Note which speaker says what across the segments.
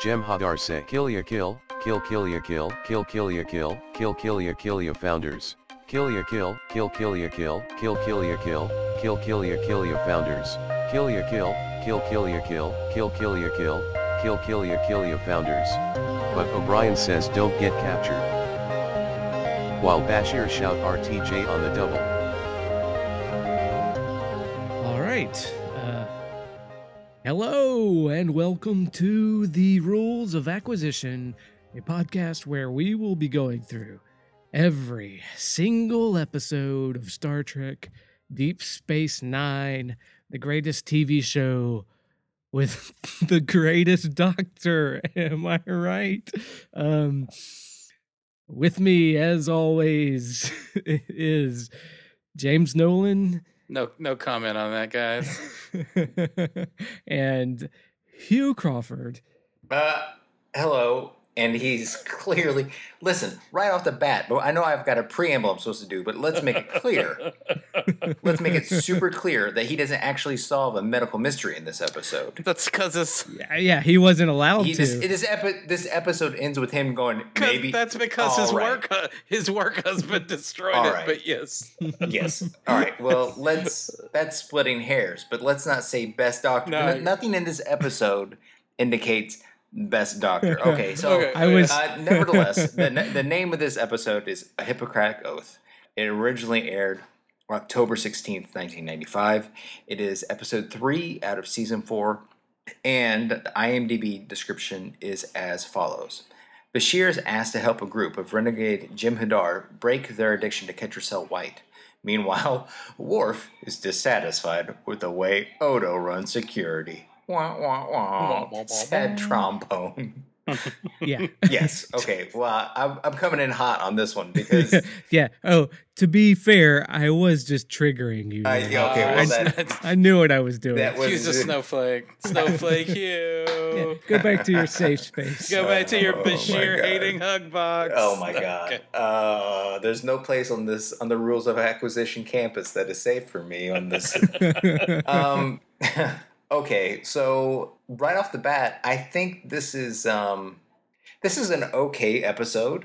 Speaker 1: Jemhadar Se Kilya Kill, Kill Kilya Kill, Kill Kilya Kill, Kill Kilya Kilya Founders, Kilya Kill, Kill Kilya Kill, Kill Kilya Kill, Kill Kilya Kilya Founders, Kilya Kill, Kill Kilya Kill, Kill Kilya Kill, Kill Kilya Kilya Founders. But O'Brien says don't get captured. While Bashir shout RTJ on the double.
Speaker 2: All right. Uh, hello, and welcome to The Rules of Acquisition, a podcast where we will be going through every single episode of Star Trek Deep Space Nine, the greatest TV show with the greatest doctor. Am I right? Um, with me, as always, is James Nolan.
Speaker 3: No, no comment on that, guys.
Speaker 2: and Hugh Crawford.
Speaker 4: Uh, hello. And he's clearly listen right off the bat. But I know I've got a preamble I'm supposed to do, but let's make it clear. let's make it super clear that he doesn't actually solve a medical mystery in this episode.
Speaker 3: That's because it's
Speaker 2: Yeah, yeah, he wasn't
Speaker 3: Oh,
Speaker 2: allowed
Speaker 4: He
Speaker 2: to.
Speaker 4: this this, epi- this episode ends with him going maybe
Speaker 3: maybe that's because his
Speaker 4: All
Speaker 3: work
Speaker 4: right.
Speaker 3: hu- his work husband destroyed
Speaker 4: All
Speaker 3: it.
Speaker 4: right.
Speaker 3: But yes,
Speaker 4: yes. All right. Well, let's that's splitting hairs, but let's not say best doctor.
Speaker 3: No.
Speaker 4: No- nothing in this episode indicates best doctor. Okay, so
Speaker 3: Okay.
Speaker 2: I was
Speaker 4: Uh, nevertheless, the, na- the name of this episode is A Hippocratic Oath. It originally aired October 16th, 1995. It is episode three out of season four, and the IMDb description is as follows. Bashir is asked to help a group of renegade Jim Hadar break their addiction to Ketracel White. Meanwhile, Worf is dissatisfied with the way Odo runs security. Wah,
Speaker 3: Wah,
Speaker 4: wah,
Speaker 3: wah,
Speaker 4: wah.
Speaker 3: wah,
Speaker 4: Sad trombone.
Speaker 2: yeah,
Speaker 4: Yes. Okay. Well, I'm, I'm coming in hot on this one because
Speaker 2: yeah. Oh, to be fair, I was just triggering you.
Speaker 4: I, yeah, okay.
Speaker 3: Uh,
Speaker 4: Well, that,
Speaker 3: that's-
Speaker 2: I knew what I was doing.
Speaker 4: that was
Speaker 3: Hugh's a snowflake. Snowflake
Speaker 2: Yeah,
Speaker 3: Hugh.
Speaker 2: go back to your safe space.
Speaker 3: Go back to your
Speaker 4: Oh my
Speaker 3: Bashir
Speaker 4: God.
Speaker 3: hating hug box.
Speaker 4: Oh my god.
Speaker 3: Okay.
Speaker 4: Uh, there's no place on this on the rules of acquisition campus that is safe for me on this. um, okay. So right off the bat, I think this is um, this is an okay episode,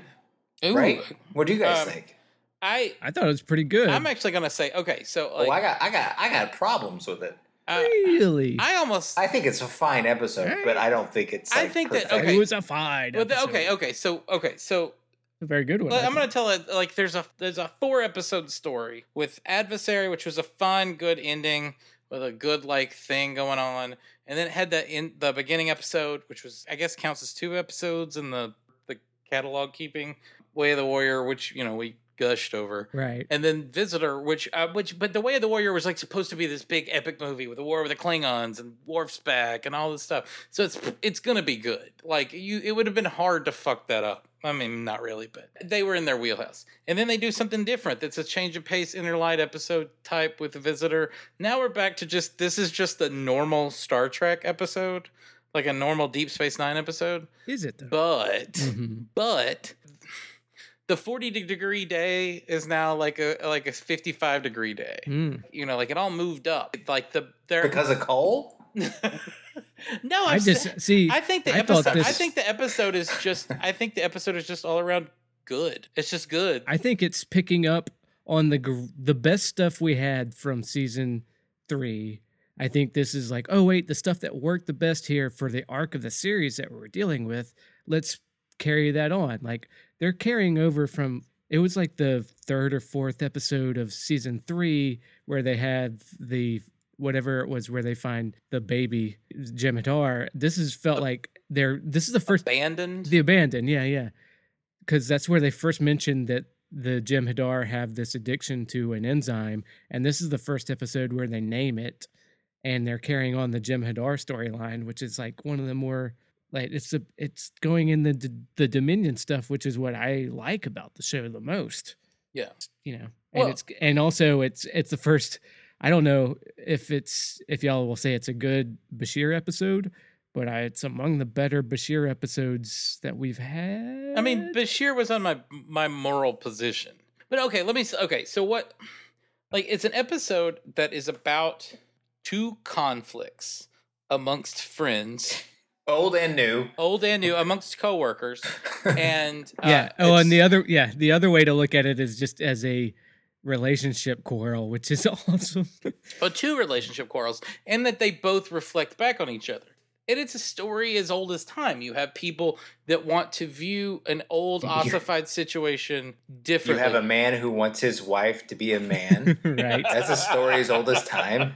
Speaker 3: Ooh,
Speaker 4: right? What do you guys
Speaker 3: Um,
Speaker 4: think?
Speaker 3: I
Speaker 2: I thought it was pretty good.
Speaker 3: I'm actually gonna say okay. So
Speaker 4: oh, I
Speaker 3: like,
Speaker 4: got I got I got problems with it.
Speaker 3: uh,
Speaker 2: really.
Speaker 3: I almost
Speaker 4: I think it's a fine episode, but I don't think it's.
Speaker 3: I
Speaker 4: like,
Speaker 3: think that-
Speaker 4: perfect.
Speaker 3: okay.
Speaker 2: It was a fine.
Speaker 3: well, the-
Speaker 2: episode.
Speaker 3: okay. Okay. So okay. So
Speaker 2: A very good one.
Speaker 3: Well,
Speaker 2: I
Speaker 3: I'm
Speaker 2: thought.
Speaker 3: gonna tell it like there's a there's a four episode story with adversary, which was a fun, good ending with a good like thing going on, and then it had the in the beginning episode, which was I guess counts as two episodes in the the catalog keeping way of the warrior, which you know we gushed over.
Speaker 2: Right.
Speaker 3: And then Visitor, which, uh, which, but the Way of the Warrior was like supposed to be this big epic movie with the war with the Klingons and Worf's back and all this stuff. So it's it's gonna be good. Like you, it would have been hard to fuck that up. I mean, not really, but they were in their wheelhouse. And then they do something different. That's a change of pace, interlight episode type with the Visitor. Now we're back to just this is just a normal Star Trek episode, like a normal Deep Space Nine episode,
Speaker 2: Is it though?
Speaker 3: but
Speaker 2: Mhm.
Speaker 3: but the 40 de- degree day is now like a like a 55 degree day
Speaker 2: Mm.
Speaker 3: you know like it all moved up It's like the there
Speaker 4: because of coal.
Speaker 3: no I'm
Speaker 2: I
Speaker 3: sa-
Speaker 2: just see.
Speaker 3: i think the
Speaker 2: I thought
Speaker 3: episode i
Speaker 2: this-
Speaker 3: think the episode is just i think the episode is just all around good it's just good
Speaker 2: I think it's picking up on the gr- the best stuff we had from season three. I think this is like, oh wait, the stuff that worked the best here for the arc of the series that we we're dealing with. Let's carry that on. Like they're carrying over from it was like the third or fourth episode of season three where they had the whatever it was where they find the baby Jemadar. This has felt like they're this is the first
Speaker 3: abandoned
Speaker 2: the abandoned, yeah, yeah. Because that's where they first mentioned that the Jim Hadar have this addiction to an enzyme. And this is the first episode where they name it. And they're carrying on the Jim Hadar storyline, which is like one of the more like it's a, it's going in the D- the Dominion stuff, which is what I like about the show the most.
Speaker 3: Yeah.
Speaker 2: you know, and
Speaker 3: Well-
Speaker 2: it's and also it's it's the first. I don't know if it's if y'all will say it's a good Bashir episode, but I, it's among the better Bashir episodes that we've had.
Speaker 3: I mean, Bashir was on my my moral position. But okay, let me. s- Okay, so what? Like, it's an episode that is about two conflicts amongst friends
Speaker 4: old and new.
Speaker 3: old and new, amongst coworkers, and uh,
Speaker 2: yeah. oh, and
Speaker 3: it's-
Speaker 2: the other yeah, the other way to look at it is just as a relationship quarrel, which is awesome.
Speaker 3: oh, two relationship quarrels, and that they both reflect back on each other. And it's a story as old as time. You have people that want to view an old
Speaker 4: You-
Speaker 3: ossified situation
Speaker 4: you
Speaker 3: differently.
Speaker 4: have a man who wants his wife to be a man.
Speaker 2: right.
Speaker 4: That's a story as old as time.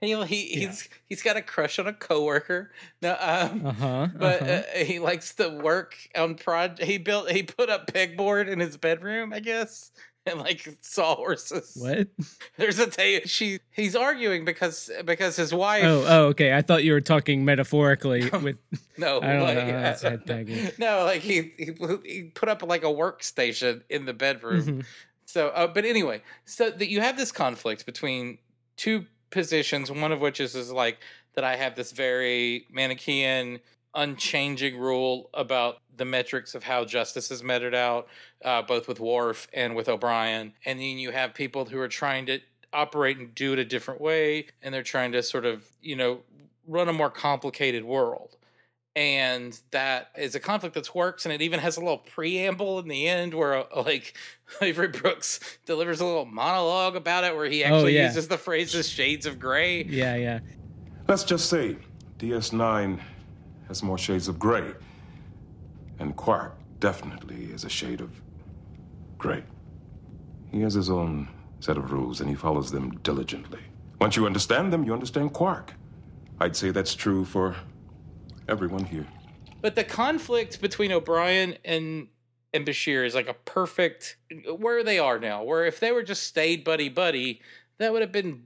Speaker 3: You know, he,
Speaker 2: Yeah.
Speaker 3: he's he's got a crush on a coworker. No, um,
Speaker 2: Uh-huh.
Speaker 3: but
Speaker 2: uh-huh.
Speaker 3: uh, he likes to work on prod. He built he put up pegboard in his bedroom, I guess, and like sawhorses.
Speaker 2: what?
Speaker 3: There's a day she he's arguing because because his wife.
Speaker 2: Oh, oh, okay. I thought you were talking metaphorically with
Speaker 3: no,
Speaker 2: I don't
Speaker 3: like,
Speaker 2: know how that's headbanging.
Speaker 3: no, like he, he he put up like a workstation in the bedroom.
Speaker 2: Mhm.
Speaker 3: So, uh, but anyway, so that you have this conflict between two positions, one of which is is like that I have this very Manichaean, unchanging rule about the metrics of how justice is meted out, uh, both with Worf and with O'Brien, and then you have people who are trying to operate and do it a different way, and they're trying to sort of you know run a more complicated world. And that is a conflict that's works, and it even has a little preamble in the end where, uh, like, Avery Brooks delivers a little monologue about it where he
Speaker 2: Oh,
Speaker 3: actually
Speaker 2: yeah.
Speaker 3: uses the phrases shades of gray.
Speaker 2: Yeah, yeah.
Speaker 5: Let's just say DS9 has more shades of gray. And Quark definitely is a shade of gray. He has his own set of rules and he follows them diligently. Once you understand them, you understand Quark. I'd say that's true for everyone here.
Speaker 3: But the conflict between O'Brien and and Bashir is like a perfect where they are now, where if they were just stayed buddy buddy, that would have been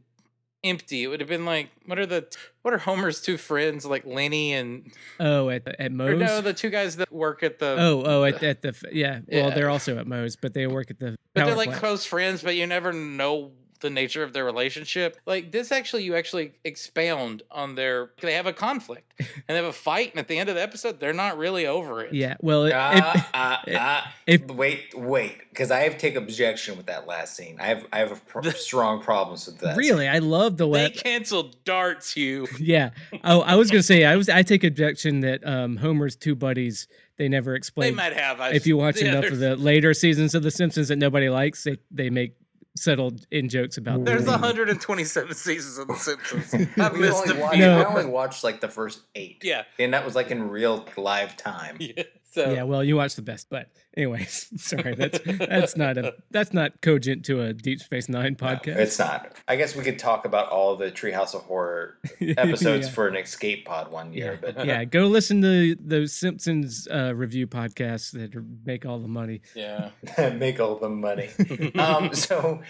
Speaker 3: empty. It would have been like, what are the what are Homer's two friends, like Lenny and
Speaker 2: Oh, at at
Speaker 3: or
Speaker 2: Moe's.
Speaker 3: no, the two guys that work at the
Speaker 2: oh, oh, at, at the f- yeah. Well,
Speaker 3: Yeah.
Speaker 2: they're also at Moe's, but they work at the
Speaker 3: But they're
Speaker 2: power
Speaker 3: like
Speaker 2: plant.
Speaker 3: close friends, but you never know the nature of their relationship. Like this actually you actually expound on their they have a conflict and they have a fight and at the end of the episode they're not really over it.
Speaker 2: Yeah. Well, it,
Speaker 4: Ah,
Speaker 2: it-
Speaker 4: ah,
Speaker 2: if-
Speaker 4: ah.
Speaker 2: if-
Speaker 4: wait, wait, because I have take objection with that last scene. I have I have a pro- strong problems with that.
Speaker 2: really, I love the
Speaker 3: They
Speaker 2: way.
Speaker 3: canceled darts, you.
Speaker 2: Yeah. Oh, I was gonna say I was. I take objection that um, Homer's two buddies they never
Speaker 3: They
Speaker 2: explain.
Speaker 3: might have. I
Speaker 2: If you watch
Speaker 3: yeah,
Speaker 2: enough of
Speaker 3: there's-
Speaker 2: the later seasons of The Simpsons that nobody likes, they they make subtle in jokes about.
Speaker 3: There's
Speaker 2: them.
Speaker 3: 127 seasons of The Simpsons. I've
Speaker 4: We
Speaker 3: missed
Speaker 4: only
Speaker 3: a
Speaker 4: watched,
Speaker 3: few.
Speaker 2: No.
Speaker 4: I only watched like the first eight.
Speaker 3: Yeah.
Speaker 4: And that was like in real like, live time.
Speaker 3: yeah. So
Speaker 2: Yeah, well, you watch the best, but anyways, sorry, that's that's not a that's not cogent to a Deep Space Nine
Speaker 4: No,
Speaker 2: podcast.
Speaker 4: it's not. I guess we could talk about all the Treehouse of Horror episodes
Speaker 2: Yeah.
Speaker 4: for an escape pod one year, but
Speaker 2: yeah, go listen to those Simpsons uh, review podcasts that are- make all the money.
Speaker 3: yeah.
Speaker 4: make all the money. um, so,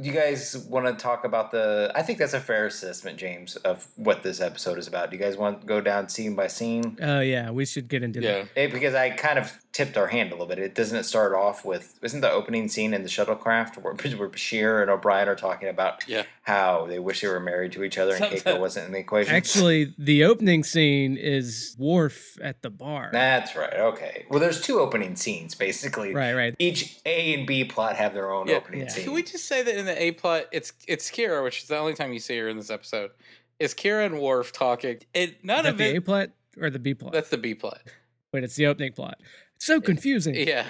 Speaker 4: you guys want to talk about the? I think that's a fair assessment, James, of what this episode is about. Do you guys want to go down scene by scene?
Speaker 2: Oh yeah, we should get into
Speaker 3: Yeah.
Speaker 2: that.
Speaker 4: Eh, because I kind of tipped our hand a little bit. It doesn't it start off with isn't the opening scene in the shuttlecraft where, where Bashir and O'Brien are talking about
Speaker 3: Yeah.
Speaker 4: how they wish they were married to each other and Keiko
Speaker 3: Something-
Speaker 4: wasn't in the equation.
Speaker 2: Actually, the opening scene is Worf at the bar.
Speaker 4: that's right. Okay. Well, there's two opening scenes basically.
Speaker 2: Right, right.
Speaker 4: Each A and B plot have their own
Speaker 3: Yeah.
Speaker 4: opening
Speaker 2: Yeah.
Speaker 4: scene.
Speaker 3: Can we just say that in the A plot, it's it's Kira, which is the only time you see her in this episode. Is Kira and Worf talking? It
Speaker 2: Is
Speaker 3: none
Speaker 2: that
Speaker 3: of
Speaker 2: the
Speaker 3: it.
Speaker 2: A plot or the B plot?
Speaker 3: that's the B plot.
Speaker 2: but it's the opening plot. It's so confusing.
Speaker 3: Yeah.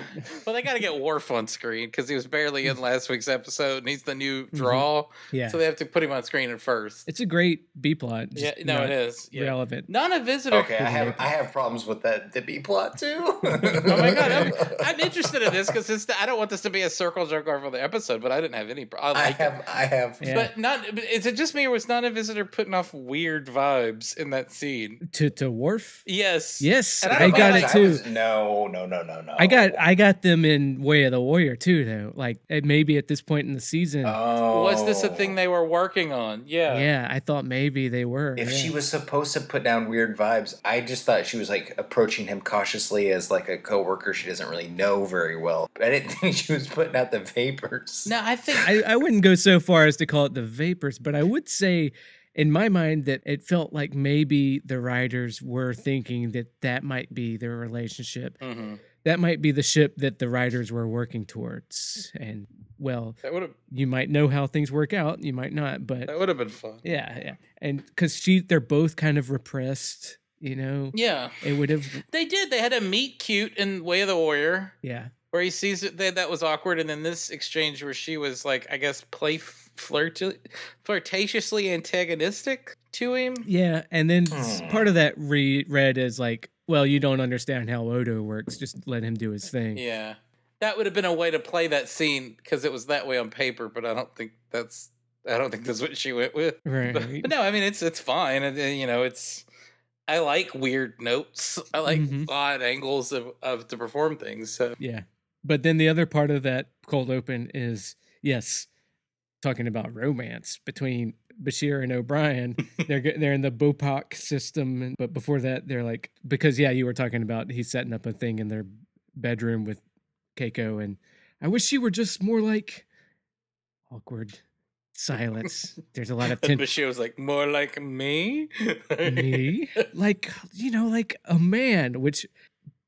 Speaker 3: Well, they got to get Worf on screen because he was barely in last week's episode, and he's the new draw.
Speaker 2: Mm-hmm. Yeah.
Speaker 3: So they have to put him on screen at first.
Speaker 2: it's a great B plot. just
Speaker 3: yeah. No,
Speaker 2: not
Speaker 3: it is. Yeah.
Speaker 2: relevant.
Speaker 3: Not a visitor.
Speaker 4: Okay, I have I have problems with that the B plot too.
Speaker 3: Oh my god, I'm, I'm interested in this because I don't want this to be a circle jerk over the episode, but I didn't have any. pro- I
Speaker 4: I
Speaker 3: like it.
Speaker 4: have I have
Speaker 2: Yeah.
Speaker 3: But not but is it just me or was not a visitor putting off weird vibes in that scene?
Speaker 2: To to Worf.
Speaker 3: Yes.
Speaker 2: Yes,
Speaker 3: And I
Speaker 2: I
Speaker 3: don't
Speaker 2: got
Speaker 3: think
Speaker 2: it
Speaker 4: I
Speaker 2: too.
Speaker 4: was- no, no, no, no, no.
Speaker 2: I got I got them in Way of the Warrior too, though. Like it maybe at this point in the season,
Speaker 4: Oh.
Speaker 3: Was this a thing they were working on? Yeah.
Speaker 2: yeah, I thought maybe they were.
Speaker 4: Oh. If
Speaker 2: yeah.
Speaker 4: she was supposed to put down weird vibes, I just thought she was like approaching him cautiously as like a coworker she doesn't really know very well. I didn't think she was putting out the vapors.
Speaker 3: No, I think
Speaker 2: I, I wouldn't go so far as to call it the vapors, but I would say, in my mind, that it felt like maybe the writers were thinking that that might be their relationship.
Speaker 3: Mhm.
Speaker 2: That might be the ship that the writers were working towards. And well,
Speaker 3: that would have
Speaker 2: you might know how things work out, you might not, but
Speaker 3: that would have been fun.
Speaker 2: Yeah, yeah. And because she, they're both kind of repressed You know,
Speaker 3: Yeah,
Speaker 2: it would have.
Speaker 3: they did. They had a meet cute in Way of the Warrior
Speaker 2: Yeah,
Speaker 3: where he sees it. That that was awkward, and then this exchange where she was like, I guess, play flirt flirtatiously antagonistic to him.
Speaker 2: yeah, and then s- part of that re- read as like, well, you don't understand how Odo works. Just let him do his thing.
Speaker 3: Yeah, that would have been a way to play that scene because it was that way on paper, but I don't think that's. I don't think that's what she went with. But,
Speaker 2: Right.
Speaker 3: but no, I mean it's it's fine. And, uh, you know, it's I like weird notes. I like
Speaker 2: Mhm.
Speaker 3: odd angles of, of to perform things. So
Speaker 2: Yeah. But then the other part of that cold open is yes, talking about romance between Bashir and O'Brien. they're go- they're in the Bopak system, and, but before that, they're like because yeah, you were talking about he's setting up a thing in their bedroom with Keiko, and I wish you were just more like awkward silence. There's a lot of
Speaker 3: and
Speaker 2: tension.
Speaker 3: Bashir was like, more like me.
Speaker 2: me like you know like a man which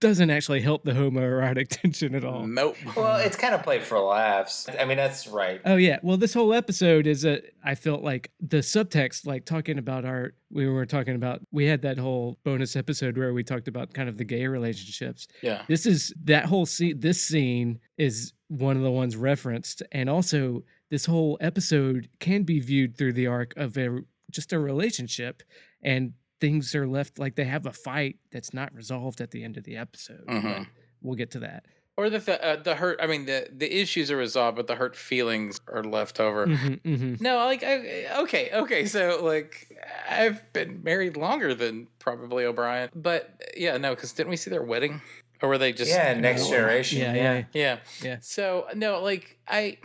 Speaker 2: doesn't actually help the homoerotic tension at all
Speaker 3: Nope.
Speaker 4: Well, it's kind of played for laughs. I mean, that's right.
Speaker 2: Oh yeah. Well, this whole episode is a. I felt like the subtext, like talking about our. We were talking about. We had that whole bonus episode where we talked about kind of the gay relationships.
Speaker 3: Yeah.
Speaker 2: This is that whole scene. This scene is one of the ones referenced, and also this whole episode can be viewed through the arc of a just a relationship, and things are left like they have a fight that's not resolved at the end of the episode.
Speaker 3: Mhm.
Speaker 2: We'll get to that.
Speaker 3: Or the th- uh, the hurt. I mean, the the issues are resolved, but the hurt feelings are left over.
Speaker 2: Mhm, mhm.
Speaker 3: No, like I, okay, okay. So like, I've been married longer than probably O'Brien, but yeah, no, because didn't we see their wedding, or were they just
Speaker 4: yeah, next
Speaker 3: Yeah.
Speaker 4: generation.
Speaker 2: Yeah,
Speaker 4: Yeah,
Speaker 2: yeah.
Speaker 3: Yeah.
Speaker 2: Yeah.
Speaker 3: So no, like I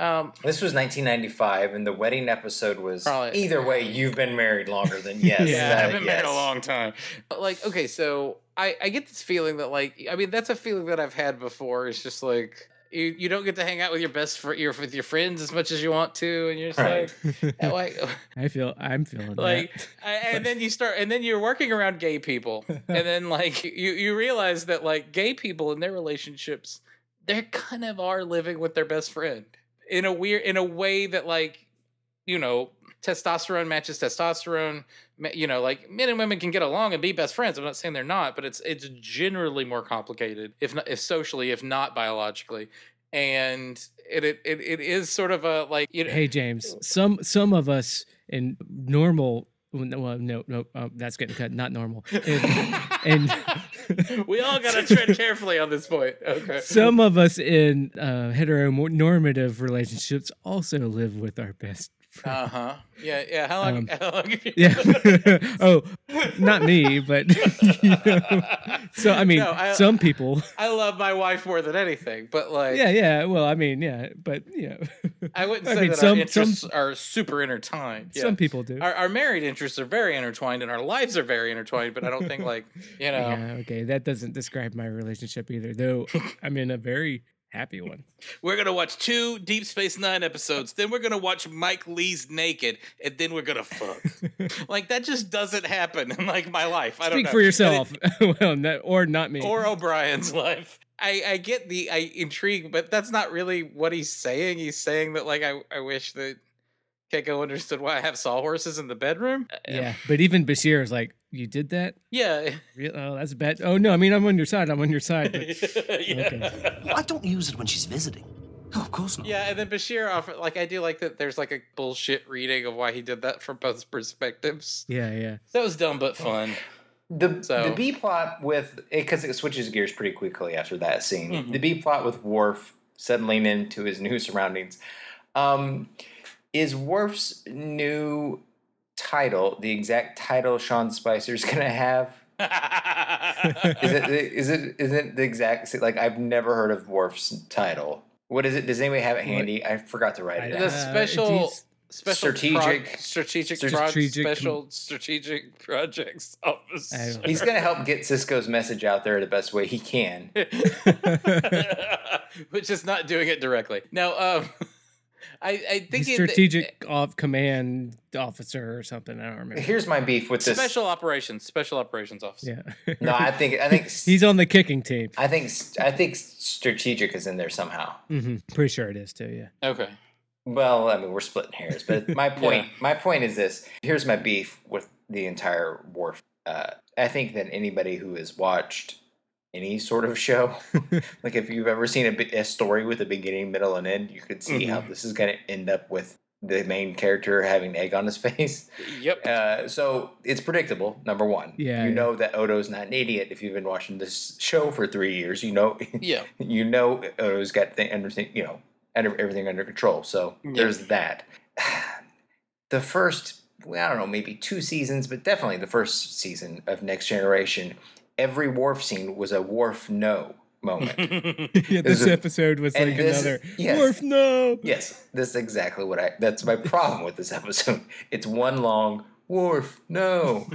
Speaker 3: um
Speaker 4: This was 1995, and the wedding episode was
Speaker 3: Probably.
Speaker 4: either way. You've been married longer than yes.
Speaker 2: Yeah,
Speaker 4: that-
Speaker 3: I've been married
Speaker 4: yes.
Speaker 3: a long time. But like, okay, so I, I get this feeling that like I mean that's a feeling that I've had before. It's just like you, you don't get to hang out with your best fr- your with your friends as much as you want to, and you're just
Speaker 4: Right.
Speaker 3: like, and, like,
Speaker 2: I feel. I'm feeling
Speaker 3: like,
Speaker 2: that.
Speaker 3: I, and then you start, and then you're working around gay people, and then like you you realize that like gay people in their relationships, they kind of are living with their best friend in a weird in a way that like you know testosterone matches testosterone ma- you know like men and women can get along and be best friends i'm not saying they're not but it's it's generally more complicated if not if socially if not biologically and it it it, it is sort of a like you know,
Speaker 2: hey james some some of us in normal well no no oh, that's getting cut not normal In- and-
Speaker 3: we all gotta tread carefully on this point okay
Speaker 2: some of us in uh, heteronormative relationships also live with our best friend
Speaker 3: uh-huh yeah yeah how long,
Speaker 2: Um,
Speaker 3: how long have you-
Speaker 2: yeah oh not me but you know. so i mean
Speaker 3: No, I-
Speaker 2: some people
Speaker 3: i love my wife more than anything but like
Speaker 2: yeah yeah well i mean yeah but you know
Speaker 3: i wouldn't
Speaker 2: I
Speaker 3: say
Speaker 2: mean,
Speaker 3: that
Speaker 2: some-
Speaker 3: our interests are super intertwined yeah.
Speaker 2: some people do
Speaker 3: our, our married interests are very intertwined and our lives are very intertwined but i don't think like you know
Speaker 2: yeah okay that doesn't describe my relationship either though i'm in a very happy one
Speaker 3: we're gonna watch two deep space nine episodes then we're gonna watch mike lee's naked and then we're gonna fuck like that just doesn't happen in like my life i don't
Speaker 2: Speak
Speaker 3: know
Speaker 2: for
Speaker 3: And it-
Speaker 2: yourself. well, no, or not me.
Speaker 3: or O'Brien's life. I, I get the I intrigue, but that's not really what he's saying. He's saying that like I, I wish that Keiko understood why I have sawhorses in the bedroom. Uh,
Speaker 2: yeah, but even Bashir is like, "You did that?
Speaker 3: Yeah.
Speaker 2: Real- Oh, that's bad. Oh no, I mean, I'm on your side. I'm on your side." But
Speaker 3: yeah.
Speaker 6: I don't use it when she's visiting. Oh, of course not.
Speaker 3: Yeah, and then Bashir offered like I do like that there's like a bullshit reading of why he did that from both perspectives.
Speaker 2: yeah, yeah,
Speaker 3: That was dumb but fun.
Speaker 4: The,
Speaker 3: So-
Speaker 4: the B plot with because it switches gears pretty quickly after that scene.
Speaker 3: Mm-hmm.
Speaker 4: The B plot with Worf settling into his new surroundings um, is Worf's new title. The exact title Sean Spicer's gonna have is it is it is it the exact sa- like I've never heard of Worf's title. What is it? Does anybody have it handy? I forgot to write it
Speaker 2: I-
Speaker 4: down.
Speaker 3: the
Speaker 2: Uh,
Speaker 3: special
Speaker 2: geez.
Speaker 3: special proj-
Speaker 4: Strategic-
Speaker 3: strategic proj-
Speaker 2: Strategic-
Speaker 3: special strategic projects officer.
Speaker 4: He's gonna help get Cisco's message out there the best way he can.
Speaker 3: which is not doing it directly. No, um, I, I
Speaker 2: He's
Speaker 3: think it-
Speaker 2: strategic off command officer or something. I don't remember.
Speaker 4: Here's my beef with this.
Speaker 3: special operations, special operations officer.
Speaker 2: Yeah,
Speaker 4: No, I think I think
Speaker 2: he's on the kicking team.
Speaker 4: I think I think strategic is in there somehow.
Speaker 2: hmm Pretty sure it is too. Yeah.
Speaker 3: Okay.
Speaker 4: Well, I mean we're splitting hairs, but my point my point is this. Here's my beef with the entire Worf uh, I think that anybody who has watched any sort of show, like if you've ever seen a, bi- a story with a beginning, middle, and end, you could see how this is going to end up with the main character having an egg on his face.
Speaker 3: Yep.
Speaker 4: Uh, so it's predictable. Number one,
Speaker 2: Yeah,
Speaker 4: you
Speaker 2: yeah.
Speaker 4: know that Odo's not an idiot. If you've been watching this show for three years, you know,
Speaker 3: yeah.
Speaker 4: you know, Odo's got the everything, you know, under, everything under control. So
Speaker 3: Yeah.
Speaker 4: there's that. The first, well, I don't know, maybe two seasons, but definitely the first season of Next Generation, every wharf scene was a wharf no moment.
Speaker 2: yeah,
Speaker 4: This
Speaker 2: this
Speaker 4: is-
Speaker 2: episode was
Speaker 4: and
Speaker 2: like
Speaker 4: this-
Speaker 2: another
Speaker 4: yes.
Speaker 2: Worf, no.
Speaker 4: yes, that's exactly what I. That's my problem with this episode. It's one long wharf no,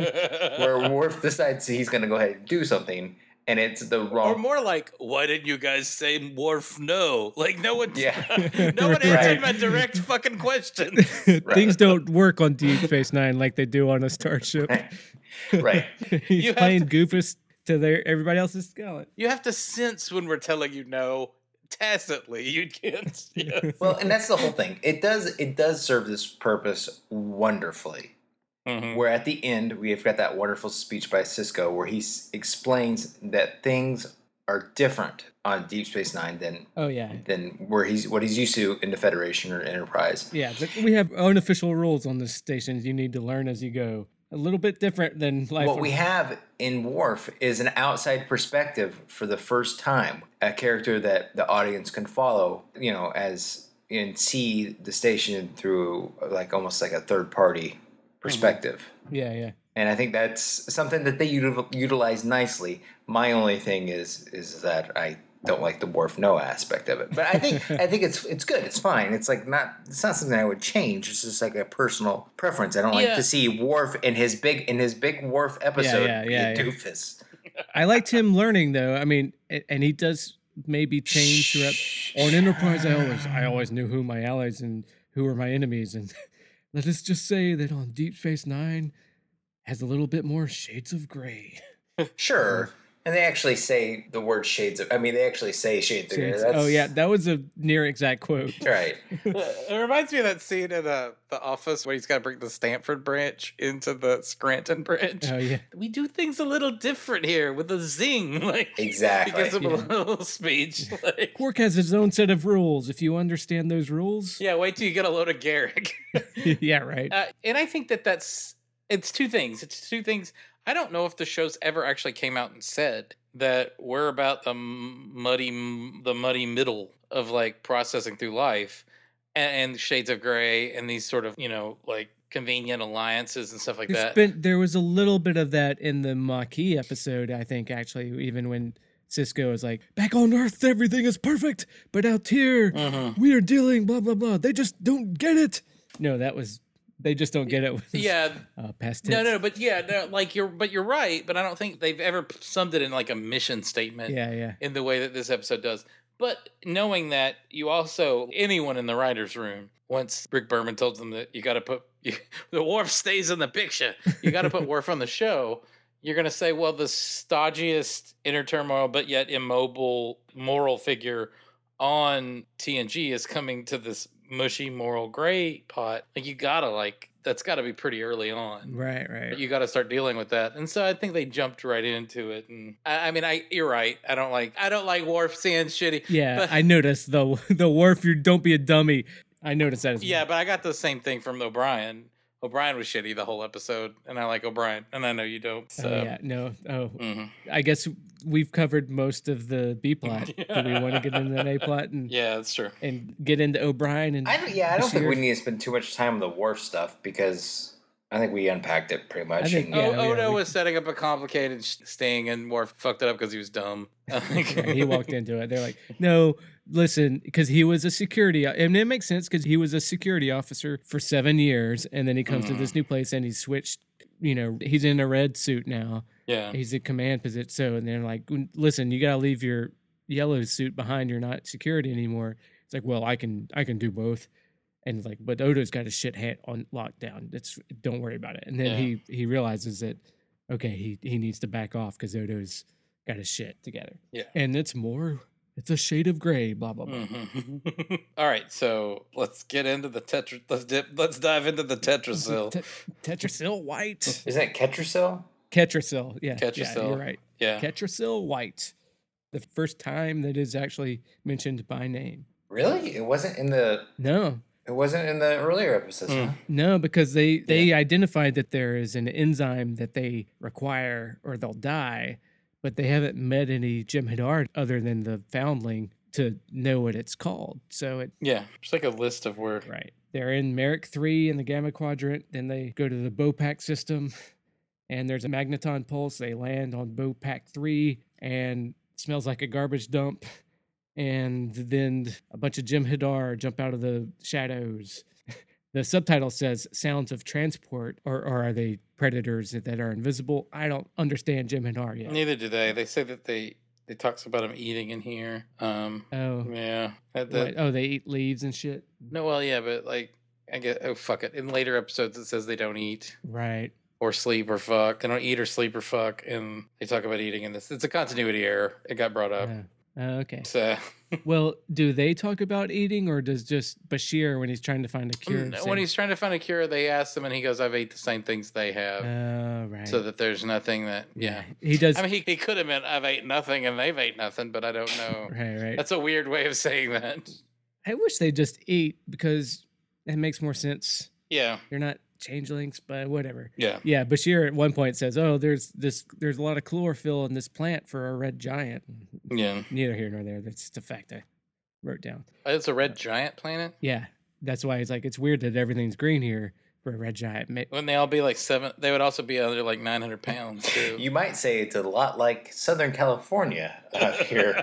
Speaker 4: where Worf decides he's going to go ahead and do something, and it's the wrong.
Speaker 3: Or more like, why didn't you guys say Worf no? Like no one,
Speaker 4: Yeah.
Speaker 3: no one
Speaker 4: Right.
Speaker 3: answered my direct fucking question.
Speaker 2: Things don't work on Deep Space Nine like they do on a starship.
Speaker 4: right.
Speaker 2: He's
Speaker 3: have
Speaker 2: playing goofus to their everybody else's skeleton.
Speaker 3: You have to sense when we're telling you no tacitly. You can't. Yeah.
Speaker 4: Well, and that's the whole thing. It does it does serve this purpose wonderfully.
Speaker 3: Mm-hmm.
Speaker 4: Where at the end we have got that wonderful speech by Cisco where he s- explains that things are different on Deep Space Nine than
Speaker 2: Oh yeah,
Speaker 4: than where he's what he's used to in the Federation or Enterprise.
Speaker 2: yeah. but we have unofficial rules on this station. You need to learn as you go. A little bit different than life.
Speaker 4: What
Speaker 2: on-
Speaker 4: we have in Worf is an outside perspective for the first time, a character that the audience can follow, you know, as and see the station through like almost like a third party perspective.
Speaker 2: yeah, yeah.
Speaker 4: and I think that's something that they util- utilize nicely. My only thing is is that I don't like the Worf No aspect of it, but I think I think it's it's good. It's fine. It's like not it's not something I would change. It's just like a personal preference. I don't like
Speaker 3: Yeah.
Speaker 4: to see Worf in his big in his big Worf episode
Speaker 2: yeah,
Speaker 4: be
Speaker 2: yeah,
Speaker 4: a
Speaker 2: yeah.
Speaker 4: doofus.
Speaker 2: I liked him learning though. I mean, a- and he does maybe change throughout. On Enterprise, I always I always knew who my allies and who were my enemies, and let us just say that on Deep Space Nine has a little bit more shades of gray.
Speaker 4: Sure. And they actually say the word shades of. I mean, they actually say shades,
Speaker 2: Shades-
Speaker 4: of. That's,
Speaker 2: oh yeah, that was a near exact quote.
Speaker 4: Right.
Speaker 3: it reminds me of that scene in uh, the office where he's got to bring the Stanford branch into the Scranton branch.
Speaker 2: Oh yeah,
Speaker 3: we do things a little different here with a zing, like
Speaker 4: Exactly.
Speaker 3: Because of a
Speaker 2: Yeah.
Speaker 3: little speech, like
Speaker 2: Quark has his own set of rules. If you understand those rules,
Speaker 3: yeah. Wait till you get a load of Garrick.
Speaker 2: yeah, right.
Speaker 3: Uh, and I think that that's it's two things. It's two things. I don't know if the shows ever actually came out and said that we're about the m- muddy m- the muddy middle of like processing through life and, and shades of gray and these sort of you know like convenient alliances and stuff like
Speaker 2: There's
Speaker 3: that.
Speaker 2: been- there was a little bit of that in the Maquis episode, I think, actually, even when Cisco is like, back on Earth, everything is perfect, but out here,
Speaker 3: Mhm.
Speaker 2: we are dealing, blah, blah, blah. They just don't get it. No, that was, they just don't get it. Was,
Speaker 3: Yeah,
Speaker 2: Uh, past
Speaker 3: No,
Speaker 2: tense.
Speaker 3: no, but yeah, no, like you're, but you're right. But I don't think they've ever p- summed it in like a mission statement
Speaker 2: Yeah, yeah.
Speaker 3: in the way that this episode does. But knowing that, you also anyone in the writers' room once Rick Berman told them that you got to put the Wharf stays in the picture. You got to put Worf on the show. You're gonna say, well, the stodgiest, inner turmoil, but yet immobile moral figure on TNG is coming to this mushy moral gray pot. Like you gotta like that's gotta be pretty early on
Speaker 2: Right, right.
Speaker 3: but you got to start dealing with that. And so I think they jumped right into it. And I, I mean, I you're right. I don't like I don't like Worf saying shitty.
Speaker 2: yeah,
Speaker 3: but-
Speaker 2: I noticed the, the wharf, you don't be a dummy. I noticed that as
Speaker 3: Yeah, but I got the same thing from O'Brien. O'Brien was shitty the whole episode, and I like O'Brien, and I know you don't. So.
Speaker 2: Oh, yeah, no. Oh,
Speaker 3: mhm.
Speaker 2: I guess we've covered most of the B plot. Do we want to get into an A plot and
Speaker 3: Yeah, that's true.
Speaker 2: and get into O'Brien and
Speaker 4: I don't, yeah, I don't think
Speaker 2: Bashir.
Speaker 4: we need to spend too much time on the Worf stuff because I think we unpacked it pretty much.
Speaker 2: think-
Speaker 4: and-
Speaker 2: Yeah,
Speaker 3: oh,
Speaker 2: yeah,
Speaker 3: Odo
Speaker 2: we-
Speaker 3: was setting up a complicated sh- sting, and Worf fucked it up because he was dumb.
Speaker 2: Yeah, he walked into it. They're like, no, listen, because he was a security, and it makes sense because he was a security officer for seven years, and then he comes to this new place and he's switched. You know, he's in a red suit now.
Speaker 3: Yeah,
Speaker 2: He's in command position. So, and they're like, listen, you gotta leave your yellow suit behind. You're not security anymore. It's like, well, I can, I can do both. And it's like, but Odo's got his shit hat on lockdown. It's don't worry about it. And then
Speaker 3: Yeah.
Speaker 2: he he realizes that okay, he he needs to back off because Odo's got his shit together.
Speaker 3: Yeah. Mm,
Speaker 2: and it's more It's a shade of gray, blah blah blah.
Speaker 3: Mhm. All right, so let's get into the tetra. Let's dip. Let's dive into the tetrasil.
Speaker 2: Te- Tetrasil white.
Speaker 4: Isn't that Ketrasil?
Speaker 2: Ketrasil. Yeah. Yeah, you're
Speaker 3: Tetrasil.
Speaker 2: right.
Speaker 3: yeah.
Speaker 2: Ketrasil white. The first time that is actually mentioned by name.
Speaker 4: Really? It wasn't in the
Speaker 2: No.
Speaker 4: it wasn't in the earlier episodes.
Speaker 3: Hmm.
Speaker 4: huh?
Speaker 2: No, because they they identified that there is an enzyme that they require or they'll die, but they haven't met any Jim Hadar other than the foundling to know what it's called. So it
Speaker 3: Yeah. It's like a list of where.
Speaker 2: Right. They're in Merrick 3 in the Gamma Quadrant. Then they go to the Bopac system, and there's a magneton pulse. They land on Bopac 3 and smells like a garbage dump. And then a bunch of Jim Hadar jump out of the shadows. The subtitle says sounds of transport, or, or are they predators that are invisible? I don't understand Jim Hadar yet.
Speaker 3: Neither do they. They say that they. They talks about them eating in here. Um.
Speaker 2: Oh,
Speaker 3: Yeah.
Speaker 2: what-
Speaker 3: That, that,
Speaker 2: oh, they eat leaves and shit.
Speaker 3: no. Well, yeah, but like. I guess. Oh fuck it. In later episodes, it says they don't eat
Speaker 2: Right.
Speaker 3: or sleep or fuck. They don't eat or sleep or fuck, and they talk about eating in this. It's a continuity error. It got brought up.
Speaker 2: Yeah. Oh, okay.
Speaker 3: So
Speaker 2: Well, do they talk about eating, or does just Bashir, when he's trying to find a cure,
Speaker 3: Mm,
Speaker 2: say,
Speaker 3: when he's trying to find a cure, they ask him, and he goes, "I've ate the same things they have."
Speaker 2: "Oh, right."
Speaker 3: so that there's nothing that yeah
Speaker 2: he does.
Speaker 3: i mean he, he could have meant i've ate nothing and they've ate nothing but i don't know
Speaker 2: right, right.
Speaker 3: that's a weird way of saying that
Speaker 2: I wish they just eat because that makes more sense.
Speaker 3: yeah
Speaker 2: You're not changelings, but whatever.
Speaker 3: yeah
Speaker 2: Yeah, Bashir at one point says, "Oh, there's this. There's a lot of chlorophyll in this plant for a red giant."
Speaker 3: yeah
Speaker 2: Neither here nor there. That's just a fact I wrote down.
Speaker 3: it's a red giant planet
Speaker 2: Yeah, that's why he's like, "It's weird that everything's green here for a red giant." Ma-
Speaker 3: wouldn't they all be like seven they would also be under like 900 pounds too
Speaker 4: You might say it's a lot like Southern California out here,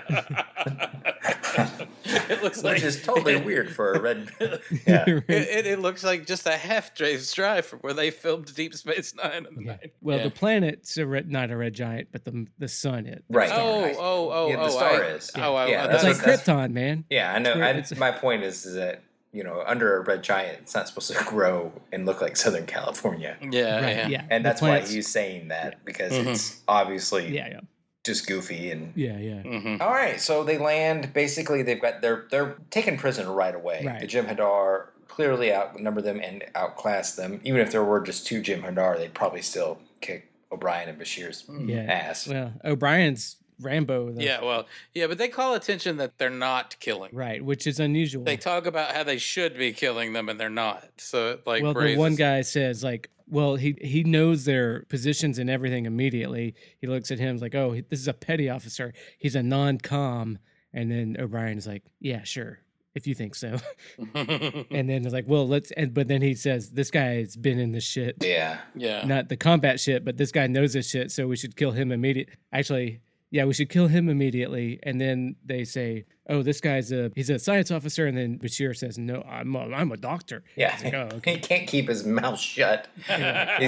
Speaker 3: it looks like
Speaker 4: which is totally weird for a red. Yeah,
Speaker 3: it, it, it looks like just a half day's drive from where they filmed Deep Space Nine. In the
Speaker 2: Yeah.
Speaker 3: night.
Speaker 2: Well,
Speaker 3: Yeah.
Speaker 2: the planet's a red, not a red giant, but the the sun is.
Speaker 4: right.
Speaker 3: Oh,
Speaker 4: Right.
Speaker 3: oh, oh,
Speaker 4: Yeah, the
Speaker 3: oh,
Speaker 4: star
Speaker 3: I-
Speaker 4: is.
Speaker 3: oh, I-
Speaker 4: yeah,
Speaker 3: I-
Speaker 2: It's
Speaker 4: that's
Speaker 2: like
Speaker 4: what- that's-
Speaker 2: Krypton, man.
Speaker 4: Yeah, I know.
Speaker 2: where
Speaker 4: I,
Speaker 2: it's-
Speaker 4: my point is, is that you know, under a red giant, it's not supposed to grow and look like Southern California,
Speaker 3: Yeah,
Speaker 2: Right.
Speaker 3: yeah.
Speaker 2: Yeah.
Speaker 4: and
Speaker 2: the
Speaker 4: that's why
Speaker 2: planets-
Speaker 4: he's saying that because
Speaker 3: Mhm.
Speaker 4: it's obviously
Speaker 2: Yeah, yeah.
Speaker 4: just goofy and.
Speaker 2: Yeah, yeah.
Speaker 3: Mm-hmm.
Speaker 4: All right, so they land. Basically, they've got they're they're taken prisoner right away.
Speaker 2: Right.
Speaker 4: The Jim Hadar clearly outnumber them and outclass them. Even if there were just two Jim Hadar, they'd probably still kick O'Brien and Bashir's
Speaker 2: Yeah.
Speaker 4: ass.
Speaker 2: Well, O'Brien's Rambo though.
Speaker 3: Mm, Yeah, well, yeah, but they call attention that they're not killing.
Speaker 2: Right, which is unusual.
Speaker 3: They talk about how they should be killing them and they're not. So it, like,
Speaker 2: well, the
Speaker 3: raises-
Speaker 2: one guy says like, well, he he knows their positions and everything immediately. He looks at him he's like, oh, he- this is a petty officer. He's a non-com. And then O'Brien's like, yeah, sure, if you think so.
Speaker 3: Hmm.
Speaker 2: and then he's like, well, let's. And but then he says, this guy's been in the shit.
Speaker 4: Yeah.
Speaker 3: yeah,
Speaker 2: not the combat shit, but this guy knows this shit, so we should kill him immediate. Actually, yeah, we should kill him immediately. And then they say, "Oh, this guy's a he's a science officer." And then Bashir says, "No, I'm a, I'm a doctor."
Speaker 4: Yeah.
Speaker 2: It's like, oh, okay.
Speaker 4: he can't keep his mouth shut. He's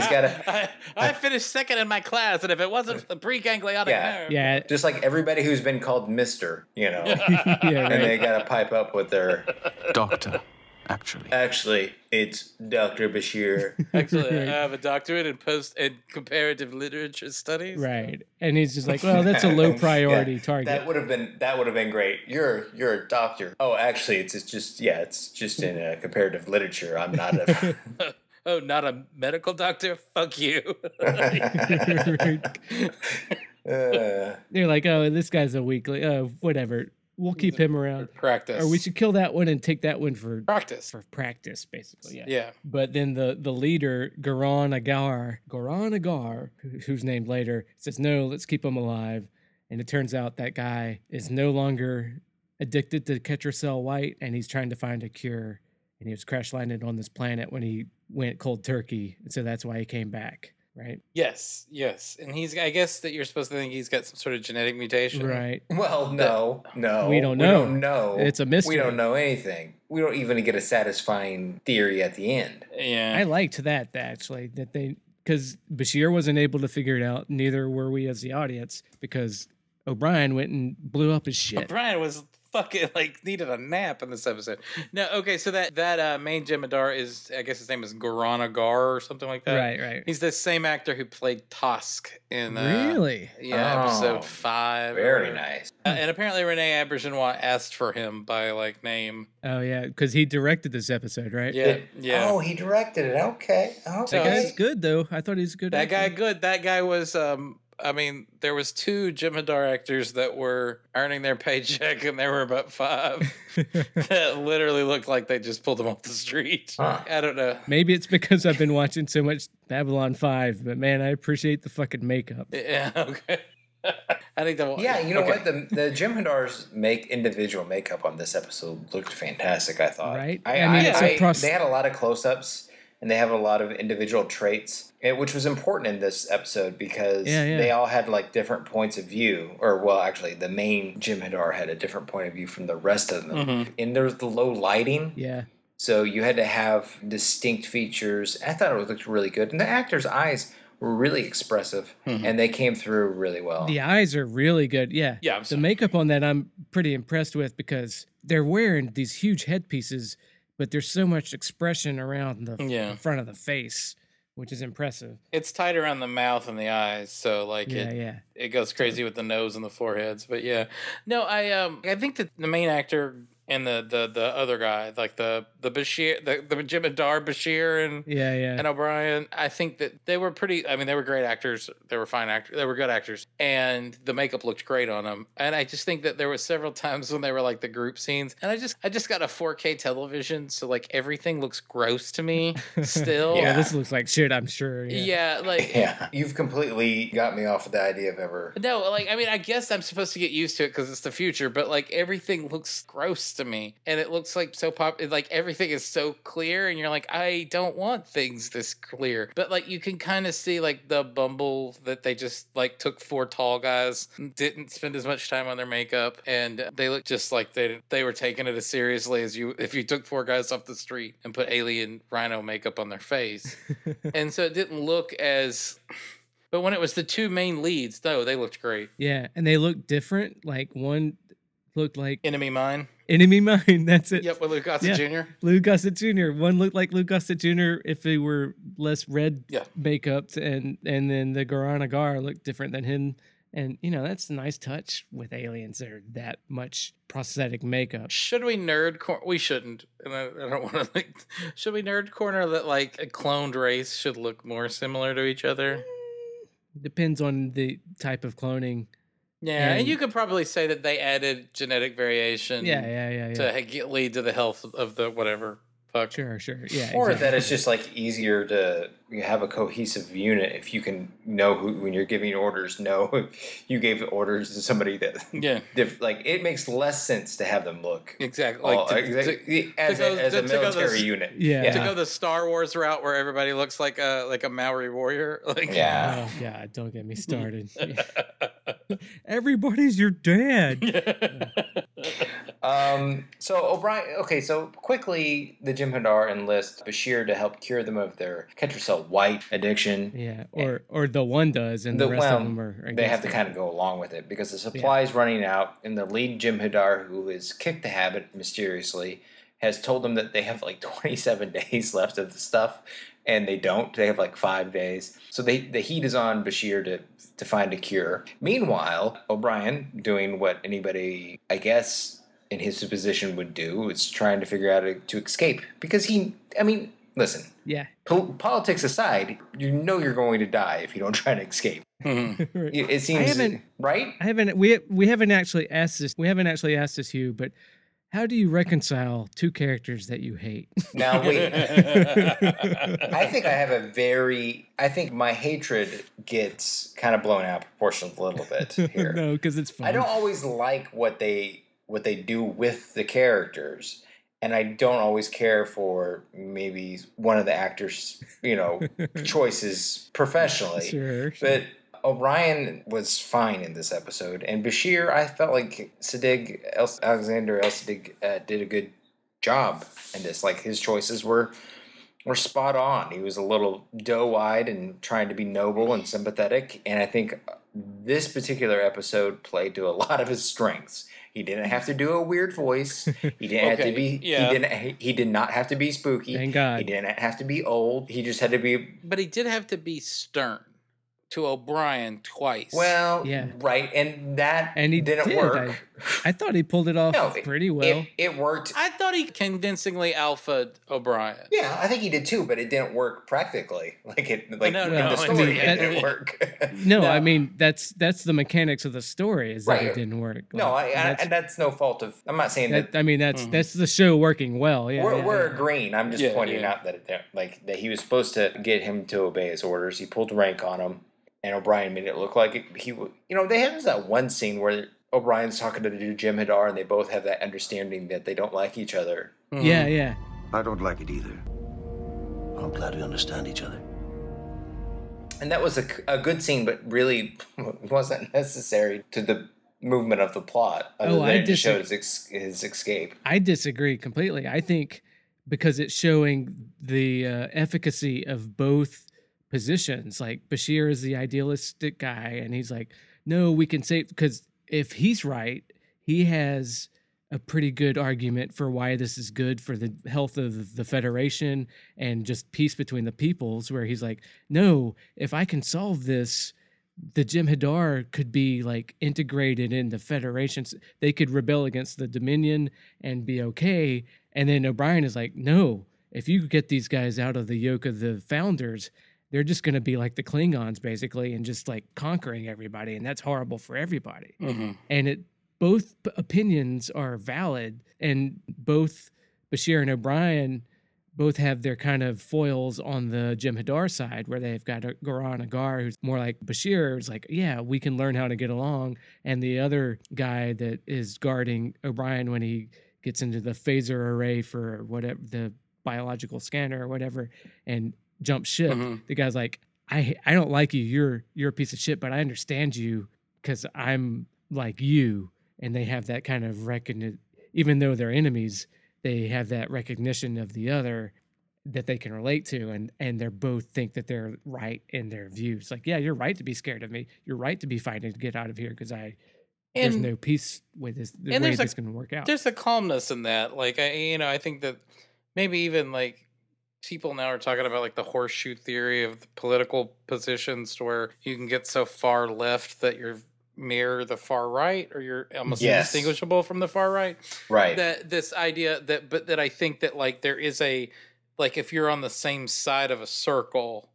Speaker 4: got to.
Speaker 3: I, I finished second in my class, and if it wasn't for the pregangliotic
Speaker 4: Yeah.
Speaker 3: nerve,
Speaker 2: Yeah,
Speaker 4: Just like everybody who's been called Mister, you know,
Speaker 2: yeah,
Speaker 4: and
Speaker 2: right.
Speaker 4: they got to pipe up with their.
Speaker 5: Doctor,
Speaker 6: Uh,
Speaker 5: actually.
Speaker 4: Actually, it's Doctor Bashir.
Speaker 3: actually, I have a doctorate in post and comparative literature studies.
Speaker 2: Right, and he's just like, "Well, that's a low
Speaker 4: Yeah,
Speaker 2: priority target."
Speaker 4: That would have been that would have been great. You're you're a doctor. Oh, actually, it's, it's just yeah, it's just in uh, comparative literature. I'm not a.
Speaker 3: Oh, not a medical doctor? Fuck you.
Speaker 4: Uh,
Speaker 2: They're like, "Oh, this guy's a weakling. Oh, whatever. We'll keep him around,
Speaker 3: Practice.
Speaker 2: or we should kill that one and take that one for
Speaker 3: practice.
Speaker 2: for practice, basically." Yeah.
Speaker 3: Yeah.
Speaker 2: But then the the leader, Garan Agar, Garan Agar, who- who's named later, says, "No, let's keep him alive." And it turns out that guy is no longer addicted to Ketracel White, and he's trying to find a cure. And he was crash landed on this planet when he went cold turkey, and so that's why he came back, right?
Speaker 3: Yes. Yes. And he's, I guess that you're supposed to think he's got some sort of genetic mutation.
Speaker 2: Right.
Speaker 4: well, no, no,
Speaker 2: We don't
Speaker 4: We don't know.
Speaker 2: It's a mystery.
Speaker 4: We don't know anything. We don't even get a satisfying theory at the end.
Speaker 3: Yeah.
Speaker 2: I liked that actually that they because Bashir wasn't able to figure it out. Neither were we as the audience because O'Brien went and blew up his shit.
Speaker 3: Brian was fucking like needed a nap in this episode. No, okay, so that that uh, main Jemadar is, I guess his name is Garana Gar or something like that.
Speaker 2: right, right.
Speaker 3: He's the same actor who played Tosk in uh,
Speaker 2: really?
Speaker 3: yeah
Speaker 4: Oh,
Speaker 3: episode five. or
Speaker 4: Very
Speaker 3: whatever.
Speaker 4: nice.
Speaker 3: Uh, and apparently Renee Abergenois asked for him by like name.
Speaker 2: Oh yeah, because he directed this episode, right?
Speaker 3: Yeah, yeah.
Speaker 4: Oh, he directed it. Okay.
Speaker 2: That guy's
Speaker 4: Okay.
Speaker 2: good though. I thought he was a good.
Speaker 3: That
Speaker 2: actor.
Speaker 3: guy good. That guy was um I mean, there was two Jim Hadar actors that were earning their paycheck and there were about five that literally looked like they just pulled them off the street.
Speaker 4: Huh.
Speaker 3: I don't know.
Speaker 2: Maybe it's because I've been watching so much Babylon Five, but man, I appreciate the fucking makeup.
Speaker 3: Yeah, okay. I think that
Speaker 4: Yeah, you know
Speaker 3: okay.
Speaker 4: what? The the Jim Hendar's make individual makeup on this episode looked fantastic. I thought.
Speaker 2: Right?
Speaker 4: I,
Speaker 2: I mean,
Speaker 4: I-
Speaker 2: it's a
Speaker 4: I-
Speaker 2: pros-
Speaker 4: they had a lot of close ups and they have a lot of individual traits, eh, which was important in this episode because
Speaker 2: Yeah, yeah.
Speaker 4: they all had like different points of view. Or well, actually, the main Jim Hendar had a different point of view from the rest of
Speaker 3: Mm-hmm.
Speaker 4: them. And there was the low lighting.
Speaker 2: Yeah,
Speaker 4: So you had to have distinct features. I thought it looked really good, and the actors' eyes were really expressive, and they came through really well.
Speaker 2: the eyes are really good. Yeah,
Speaker 3: Yeah, I'm
Speaker 2: the
Speaker 3: sorry.
Speaker 2: makeup on that I'm pretty impressed with because they're wearing these huge headpieces, but there's so much expression around the
Speaker 3: Yeah.
Speaker 2: the front of the face, which is impressive.
Speaker 3: It's tight around the mouth and the eyes, so like
Speaker 2: Yeah,
Speaker 3: it,
Speaker 2: yeah.
Speaker 3: it goes crazy with the nose and the foreheads. But yeah, no, I um, I think that the main actor and the the the other guy, like the the Bashir, the the Jim Adar Bashir and
Speaker 2: Yeah, yeah.
Speaker 3: and O'Brien, I think that they were pretty. I mean, they were great actors. They were fine actors. They were good actors, and the makeup looked great on them. And I just think that there were several times when they were like the group scenes, and I just I just got a 4K television, so like everything looks gross to me still.
Speaker 2: yeah,
Speaker 4: Yeah.
Speaker 2: this looks like shit. I'm sure. Yeah.
Speaker 3: yeah, like
Speaker 4: Yeah, you've completely got me off of the idea of ever.
Speaker 3: No, like I mean, I guess I'm supposed to get used to it because it's the future, but like everything looks gross to me, and it looks like so pop. Like everything is so clear, and you're like, I don't want things this clear. But like you can kind of see like the bumble that they just like took four tall guys, didn't spend as much time on their makeup, and they look just like they they were taking it as seriously as you if you took four guys off the street and put alien rhino makeup on their face, and so it didn't look as but when it was the two main leads, though, they looked great.
Speaker 2: Yeah, and they look different. Like one looked like
Speaker 3: Enemy Mine.
Speaker 2: Enemy Mine. That's it.
Speaker 3: Yep, with Luke Gossett Jr.
Speaker 2: Lou Gossett Jr. One looked like Lou Gossett Jr. if they were less red
Speaker 3: Yeah.
Speaker 2: makeup, and and then the Garana Gar looked different than him. And you know that's a nice touch with aliens that are that much prosthetic makeup.
Speaker 3: Should we nerd corner? We shouldn't. And I, I don't want to like. Should we nerd corner that like a cloned race should look more similar to each other?
Speaker 2: Depends on the type of cloning.
Speaker 3: Yeah, and,
Speaker 2: And-
Speaker 3: you could probably say that they added genetic variation.
Speaker 2: Yeah, yeah, yeah, yeah.
Speaker 3: To ha- get- lead to the health of the whatever. Fuck.
Speaker 2: Sure, sure. Yeah.
Speaker 4: Or
Speaker 2: exactly.
Speaker 4: that it's just like easier to have a cohesive unit if you can know who when you're giving orders. Know if you gave orders to somebody that
Speaker 3: Yeah.
Speaker 4: diff, like it makes less sense to have them look
Speaker 3: Exactly.
Speaker 4: all-
Speaker 3: Like to,
Speaker 4: exact-
Speaker 3: to-
Speaker 4: as,
Speaker 3: to go-
Speaker 4: a, as a
Speaker 3: to- to go the
Speaker 4: military
Speaker 3: s-
Speaker 4: unit.
Speaker 2: Yeah.
Speaker 3: to go the Star Wars route where everybody looks like a like a Maori warrior. Like
Speaker 4: yeah.
Speaker 2: Oh God! Don't get me started. Everybody's your dad.
Speaker 4: Um, so O'Brien. Okay, so quickly, the Jim Hadar enlist Bashir to help cure them of their Ketracel White addiction.
Speaker 2: Yeah, or or the one does, and the,
Speaker 4: Eh, The-
Speaker 2: rest
Speaker 4: well,
Speaker 2: of them are.
Speaker 4: they have
Speaker 2: against
Speaker 4: to
Speaker 2: it.
Speaker 4: kind of go along with it because the supply is running out, and the lead Jim Hadar, who has kicked the habit mysteriously, has told them that they have like 27 days left of the stuff, and they don't. They have like five days, so they the heat is on Bashir to to find a cure. Meanwhile, O'Brien doing what anybody, I guess, in his position would do is trying to figure out how to escape because he, I mean, listen.
Speaker 2: Yeah,
Speaker 4: pol- Politics aside, you know you're going to die if you don't try to escape.
Speaker 2: right.
Speaker 4: It it seems
Speaker 2: haven't-
Speaker 4: right.
Speaker 2: I haven't. We we haven't actually asked this. We haven't actually asked this, Hugh. But how do you reconcile two characters that you hate?
Speaker 4: Now wait. I think I have a very. I think my hatred gets kind of blown out of proportion a little bit here.
Speaker 2: no, because it's fun.
Speaker 4: I don't always like what they what they do with the characters, and I don't always care for maybe one of the actors, you know, choices professionally.
Speaker 2: Sure. sure.
Speaker 4: But O'Brien was fine in this episode, and Bashir, I felt like Sadig El- Alexander El Sadig uh, did a good job in this. Like his choices were were spot on. He was a little doe eyed and trying to be noble and sympathetic, and I think this particular episode played to a lot of his strengths. He didn't have to do a weird voice. He didn't have
Speaker 3: Okay,
Speaker 4: to be.
Speaker 3: yeah.
Speaker 4: He didn't. He did not have to be spooky.
Speaker 2: Thank God.
Speaker 4: He didn't have to be old. He just had to be
Speaker 3: But he did have to be stern to O'Brien twice.
Speaker 4: well.
Speaker 2: Yeah.
Speaker 4: Right, and that
Speaker 2: And he
Speaker 4: didn't
Speaker 2: did, I-
Speaker 4: work.
Speaker 2: I thought he pulled it off
Speaker 4: No, it-
Speaker 2: pretty well.
Speaker 4: It, it worked.
Speaker 3: I thought he convincingly alpha O'Brien.
Speaker 4: Yeah, I think he did too, but it didn't work practically. Like it, like
Speaker 3: no,
Speaker 4: in
Speaker 2: no,
Speaker 4: the
Speaker 2: it
Speaker 4: story,
Speaker 2: didn't.
Speaker 4: it didn't work.
Speaker 2: no, I mean that's that's the mechanics of the story is that it
Speaker 4: Right.
Speaker 2: didn't work.
Speaker 4: no, I,
Speaker 2: Like,
Speaker 4: I,
Speaker 2: that's,
Speaker 4: and that's no fault of. I'm not saying that.
Speaker 2: that, I mean that's that's the show working well. Yeah,
Speaker 4: we're,
Speaker 2: yeah,
Speaker 4: we're
Speaker 2: yeah.
Speaker 4: agreeing. I'm just
Speaker 3: Yeah,
Speaker 4: pointing
Speaker 3: yeah.
Speaker 4: out that it didn't, like that he was supposed to get him to obey his orders. He pulled rank on him, and O'Brien made it look like it, he. w- You know, they have that one scene where O'Brien's talking to the dude Jim Hadar, and they both have that understanding that they don't like each other.
Speaker 2: yeah, yeah.
Speaker 5: I don't like it either.
Speaker 6: I'm glad we understand each other.
Speaker 4: And that was a, c- a good scene, but really wasn't necessary to the movement of the plot. Other
Speaker 2: Oh,
Speaker 4: than
Speaker 2: I
Speaker 4: it just
Speaker 2: disa-
Speaker 4: showed his, ex- his escape.
Speaker 2: I disagree completely. I think because it's showing the uh, efficacy of both positions. Like Bashir is the idealistic guy, and he's like, "No, we can save." Because if he's right, he has a pretty good argument for why this is good for the health of the Federation and just peace between the peoples. Where he's like, "No, if I can solve this." the Jim Hadar could be like integrated in the federations. They could rebel against the Dominion and be okay. And then O'Brien is like, no, if you get these guys out of the yoke of the founders, they're just going to be like the Klingons basically and just like conquering everybody. And that's horrible for everybody.
Speaker 3: Mm-hmm.
Speaker 2: And it both p- opinions are valid. And both Bashir and O'Brien both have their kind of foils on the Jim Hadar side, where they've got a Garan Agar, who's more like Bashir, is like, yeah, we can learn how to get along. And the other guy that is guarding O'Brien when he gets into the phaser array for whatever the biological scanner or whatever and jumps ship,
Speaker 3: Mhm.
Speaker 2: the guy's like, I, I don't like you. You're you're a piece of shit, but I understand you because I'm like you. And they have that kind of recognition, even though they're enemies, they have that recognition of the other that they can relate to and and they're both think that they're right in their views like yeah you're right to be scared of me you're right to be fighting to get out of here because i there's
Speaker 3: And
Speaker 2: no peace with this the
Speaker 3: and
Speaker 2: way
Speaker 3: there's a-
Speaker 2: this going to work out
Speaker 3: there's a calmness in that. Like I, you know, I think that maybe even like people now are talking about like the horseshoe theory of the political positions, to where you can get so far left that you're mirror the far right, or you're almost
Speaker 4: Yes.
Speaker 3: indistinguishable from the far right.
Speaker 4: Right.
Speaker 3: that this idea that but that I think that like there is a like if you're on the same side of a circle,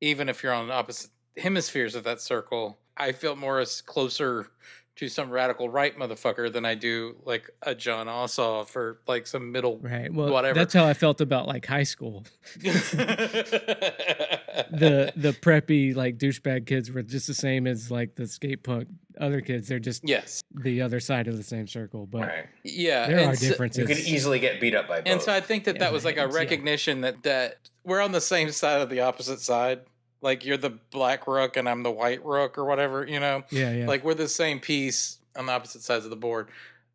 Speaker 3: even if you're on opposite hemispheres of that circle, I feel more as closer to some radical right motherfucker than I do like a John Ossoff or like some middle
Speaker 2: right well
Speaker 3: whatever.
Speaker 2: that's how i felt about like high school the the preppy like douchebag kids were just the same as like the skate punk other kids they're just
Speaker 3: yes.
Speaker 2: the other side of the same circle but
Speaker 4: right.
Speaker 3: Yeah.
Speaker 2: there
Speaker 3: and
Speaker 2: are
Speaker 3: so-
Speaker 2: differences
Speaker 4: You could easily get beat up by both.
Speaker 3: And so I think that
Speaker 2: Yeah,
Speaker 3: that was like a
Speaker 2: right, yeah.
Speaker 3: recognition that that we're on the same side of the opposite side. Like you're the black rook and I'm the white rook or whatever, you know.
Speaker 2: yeah yeah
Speaker 3: Like we're the same piece on the opposite sides of the board.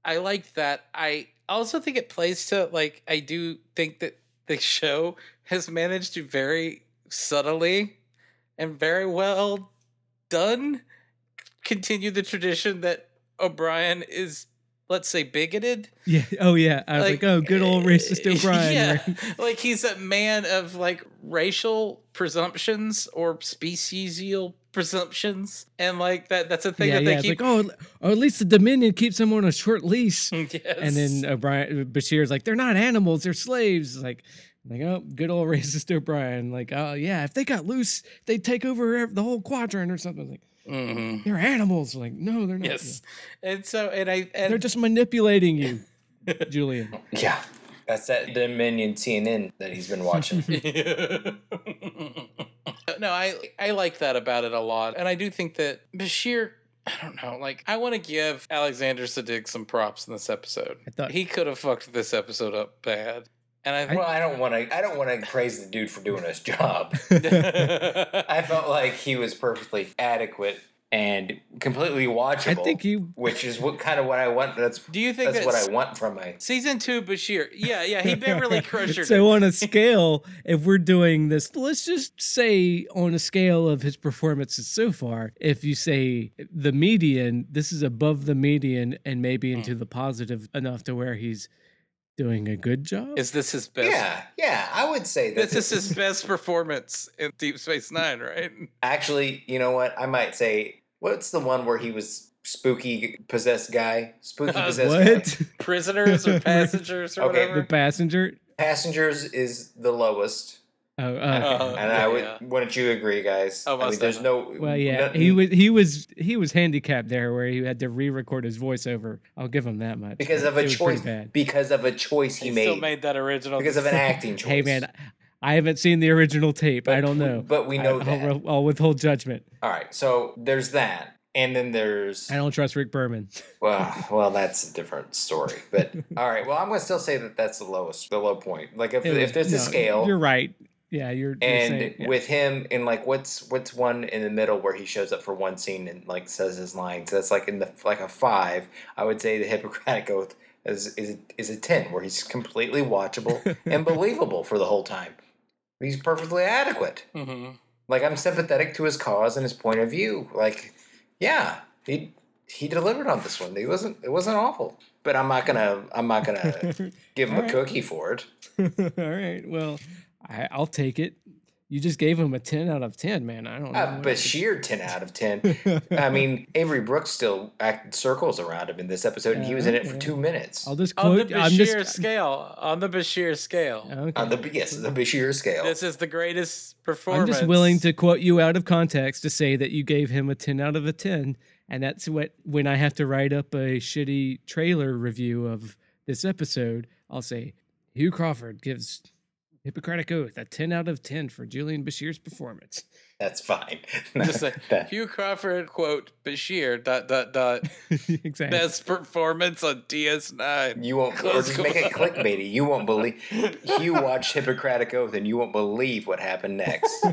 Speaker 3: I like that. I also think it plays to like I do think that the show has managed to very subtly and very well done continue the tradition that O'Brien is let's say bigoted
Speaker 2: yeah oh yeah i was like, oh good old racist
Speaker 3: uh,
Speaker 2: o'brien
Speaker 3: yeah.
Speaker 2: right?
Speaker 3: like he's a man of like racial presumptions or speciesial presumptions, and like that that's a thing
Speaker 2: yeah,
Speaker 3: that
Speaker 2: yeah.
Speaker 3: they
Speaker 2: it's
Speaker 3: keep.
Speaker 2: like, oh, or at least the Dominion keeps them on a short leash.
Speaker 3: yes.
Speaker 2: And then uh, O'Brien Bashir's like, they're not animals, they're slaves. Like, like oh, good old racist O'Brien. Like, oh yeah, if they got loose, they'd take over ev- the whole quadrant or something. Like,
Speaker 3: Mhm.
Speaker 2: they're animals. Like, no, they're not. Yeah.
Speaker 3: yes, and so and I and
Speaker 2: they're just manipulating you, Julian.
Speaker 4: yeah, that's that Dominion CNN that he's been watching.
Speaker 3: no, I I like that about it a lot, and I do think that Bashir. I don't know. Like, I want to give Alexander Siddig some props in this episode.
Speaker 2: I thought-
Speaker 3: he could have fucked this episode up bad, and I,
Speaker 4: well, I don't want to. I don't want to praise the dude for doing his job.
Speaker 3: I
Speaker 4: I felt like he was perfectly adequate and completely watchable.
Speaker 2: I think you-
Speaker 4: which is what kind of what I want. That's
Speaker 3: Do you think
Speaker 4: that's what
Speaker 3: that's-
Speaker 4: I want from my
Speaker 3: Season two, Bashir. Yeah, yeah, he Beverly Crusher. it.
Speaker 2: so on a scale, if we're doing this, let's just say on a scale of his performances so far, if you say the median, this is above the median and maybe into
Speaker 4: Mm.
Speaker 2: the positive enough to where he's doing a good job.
Speaker 3: Is this his best?
Speaker 4: yeah yeah. I would say that
Speaker 3: This is his best performance in Deep Space Nine, right?
Speaker 4: actually. You know what? I might say what's the one where he was spooky possessed guy, spooky
Speaker 3: Uh,
Speaker 4: possessed guy.
Speaker 2: what?
Speaker 3: Prisoners or passengers or
Speaker 4: Okay.
Speaker 2: the
Speaker 3: whatever.
Speaker 2: passenger?
Speaker 4: Passengers is the lowest,
Speaker 2: Oh, uh,
Speaker 3: Uh,
Speaker 4: and
Speaker 3: yeah,
Speaker 4: I would.
Speaker 3: yeah.
Speaker 4: Wouldn't you agree, guys?
Speaker 3: Oh,
Speaker 4: I mean,
Speaker 3: most
Speaker 4: there's no.
Speaker 2: well, yeah,
Speaker 4: no-
Speaker 2: he was he was he was handicapped there, where he had to re-record his voiceover. I'll give him that much
Speaker 4: because of
Speaker 2: It
Speaker 4: a
Speaker 2: was pretty
Speaker 4: choice.
Speaker 2: bad.
Speaker 4: Because of a choice he,
Speaker 3: He
Speaker 4: made.
Speaker 3: still made that original.
Speaker 4: Because of an acting choice.
Speaker 2: Hey, man, I haven't seen the original tape. I don't know.
Speaker 4: But we know
Speaker 2: I,
Speaker 4: that.
Speaker 2: I'll, I'll withhold judgment.
Speaker 4: All right, so there's that, and then there's
Speaker 2: I don't trust Rick Berman.
Speaker 4: well, well, that's a different story. But all right, well, I'm gonna still say that that's the lowest, the low point. Like if if there's
Speaker 2: No,
Speaker 4: a scale,
Speaker 2: you're right. Yeah, you're. you're
Speaker 4: and
Speaker 2: saying- yeah.
Speaker 4: with him, and like what's what's one in the middle where he shows up for one scene and like says his lines. That's like in the like a five. I would say the Hippocratic Oath is is is a ten, where he's completely watchable and believable for the whole time. He's perfectly adequate.
Speaker 3: hmm
Speaker 4: like I'm sympathetic to his cause and his point of view. Like, yeah, he he delivered on this one. He wasn't it wasn't awful. But I'm not gonna I'm not gonna give him a
Speaker 2: Alright.
Speaker 4: cookie for it.
Speaker 2: All right. Well, I, I'll take it. You just gave him a ten out of ten, man. I don't know.
Speaker 4: Uh,
Speaker 2: what else to-
Speaker 4: Bashir ten out of ten. I mean, Avery Brooks still acted circles around him in this episode, and he was in it for
Speaker 2: Yeah,
Speaker 4: two minutes.
Speaker 2: I'll just
Speaker 3: On the
Speaker 2: quote. I'm
Speaker 3: Bashir
Speaker 2: just.
Speaker 3: scale. On the Bashir scale.
Speaker 2: okay.
Speaker 4: On the yes, the Bashir scale.
Speaker 3: This is the greatest
Speaker 2: I'm
Speaker 3: performance.
Speaker 2: just willing to quote you out of context to say that you gave him a ten out of a ten, and that's what when I have to write up a shitty trailer review of this episode, I'll say Hugh Crawford gives Hippocratic Oath a ten out of ten for Julian Bashir's performance.
Speaker 4: That's fine.
Speaker 3: Just say,
Speaker 4: That-
Speaker 3: Hugh Crawford quote Bashir dot dot dot
Speaker 2: exactly.
Speaker 3: best performance on DS9.
Speaker 4: you won't, or
Speaker 3: Close
Speaker 4: just make it clickbaity. You won't believe. You watch Hippocratic Oath, and you won't believe what happened next.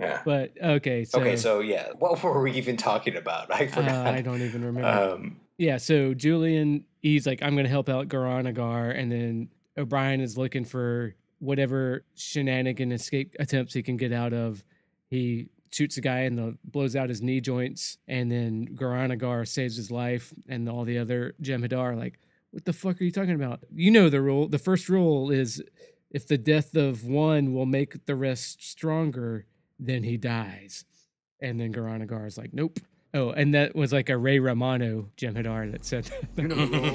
Speaker 4: yeah.
Speaker 2: But okay, so,
Speaker 4: Okay, so yeah, what were we even talking about? I
Speaker 2: uh,
Speaker 4: forgot.
Speaker 2: I don't even remember.
Speaker 4: um,
Speaker 2: yeah, so Julian, he's like, I'm gonna help out Garanagar, and then O'Brien is looking for whatever shenanigan escape attempts he can get out of. He shoots a guy and the blows out his knee joints, and then Garanagar saves his life, and all the other Jem'Hadar are like, what the fuck are you talking about? You know the rule. The first rule is if the death of one will make the rest stronger, then he dies. And then Garanagar is like, nope. Oh, and that was like a Ray Romano Jem'Hadar that said,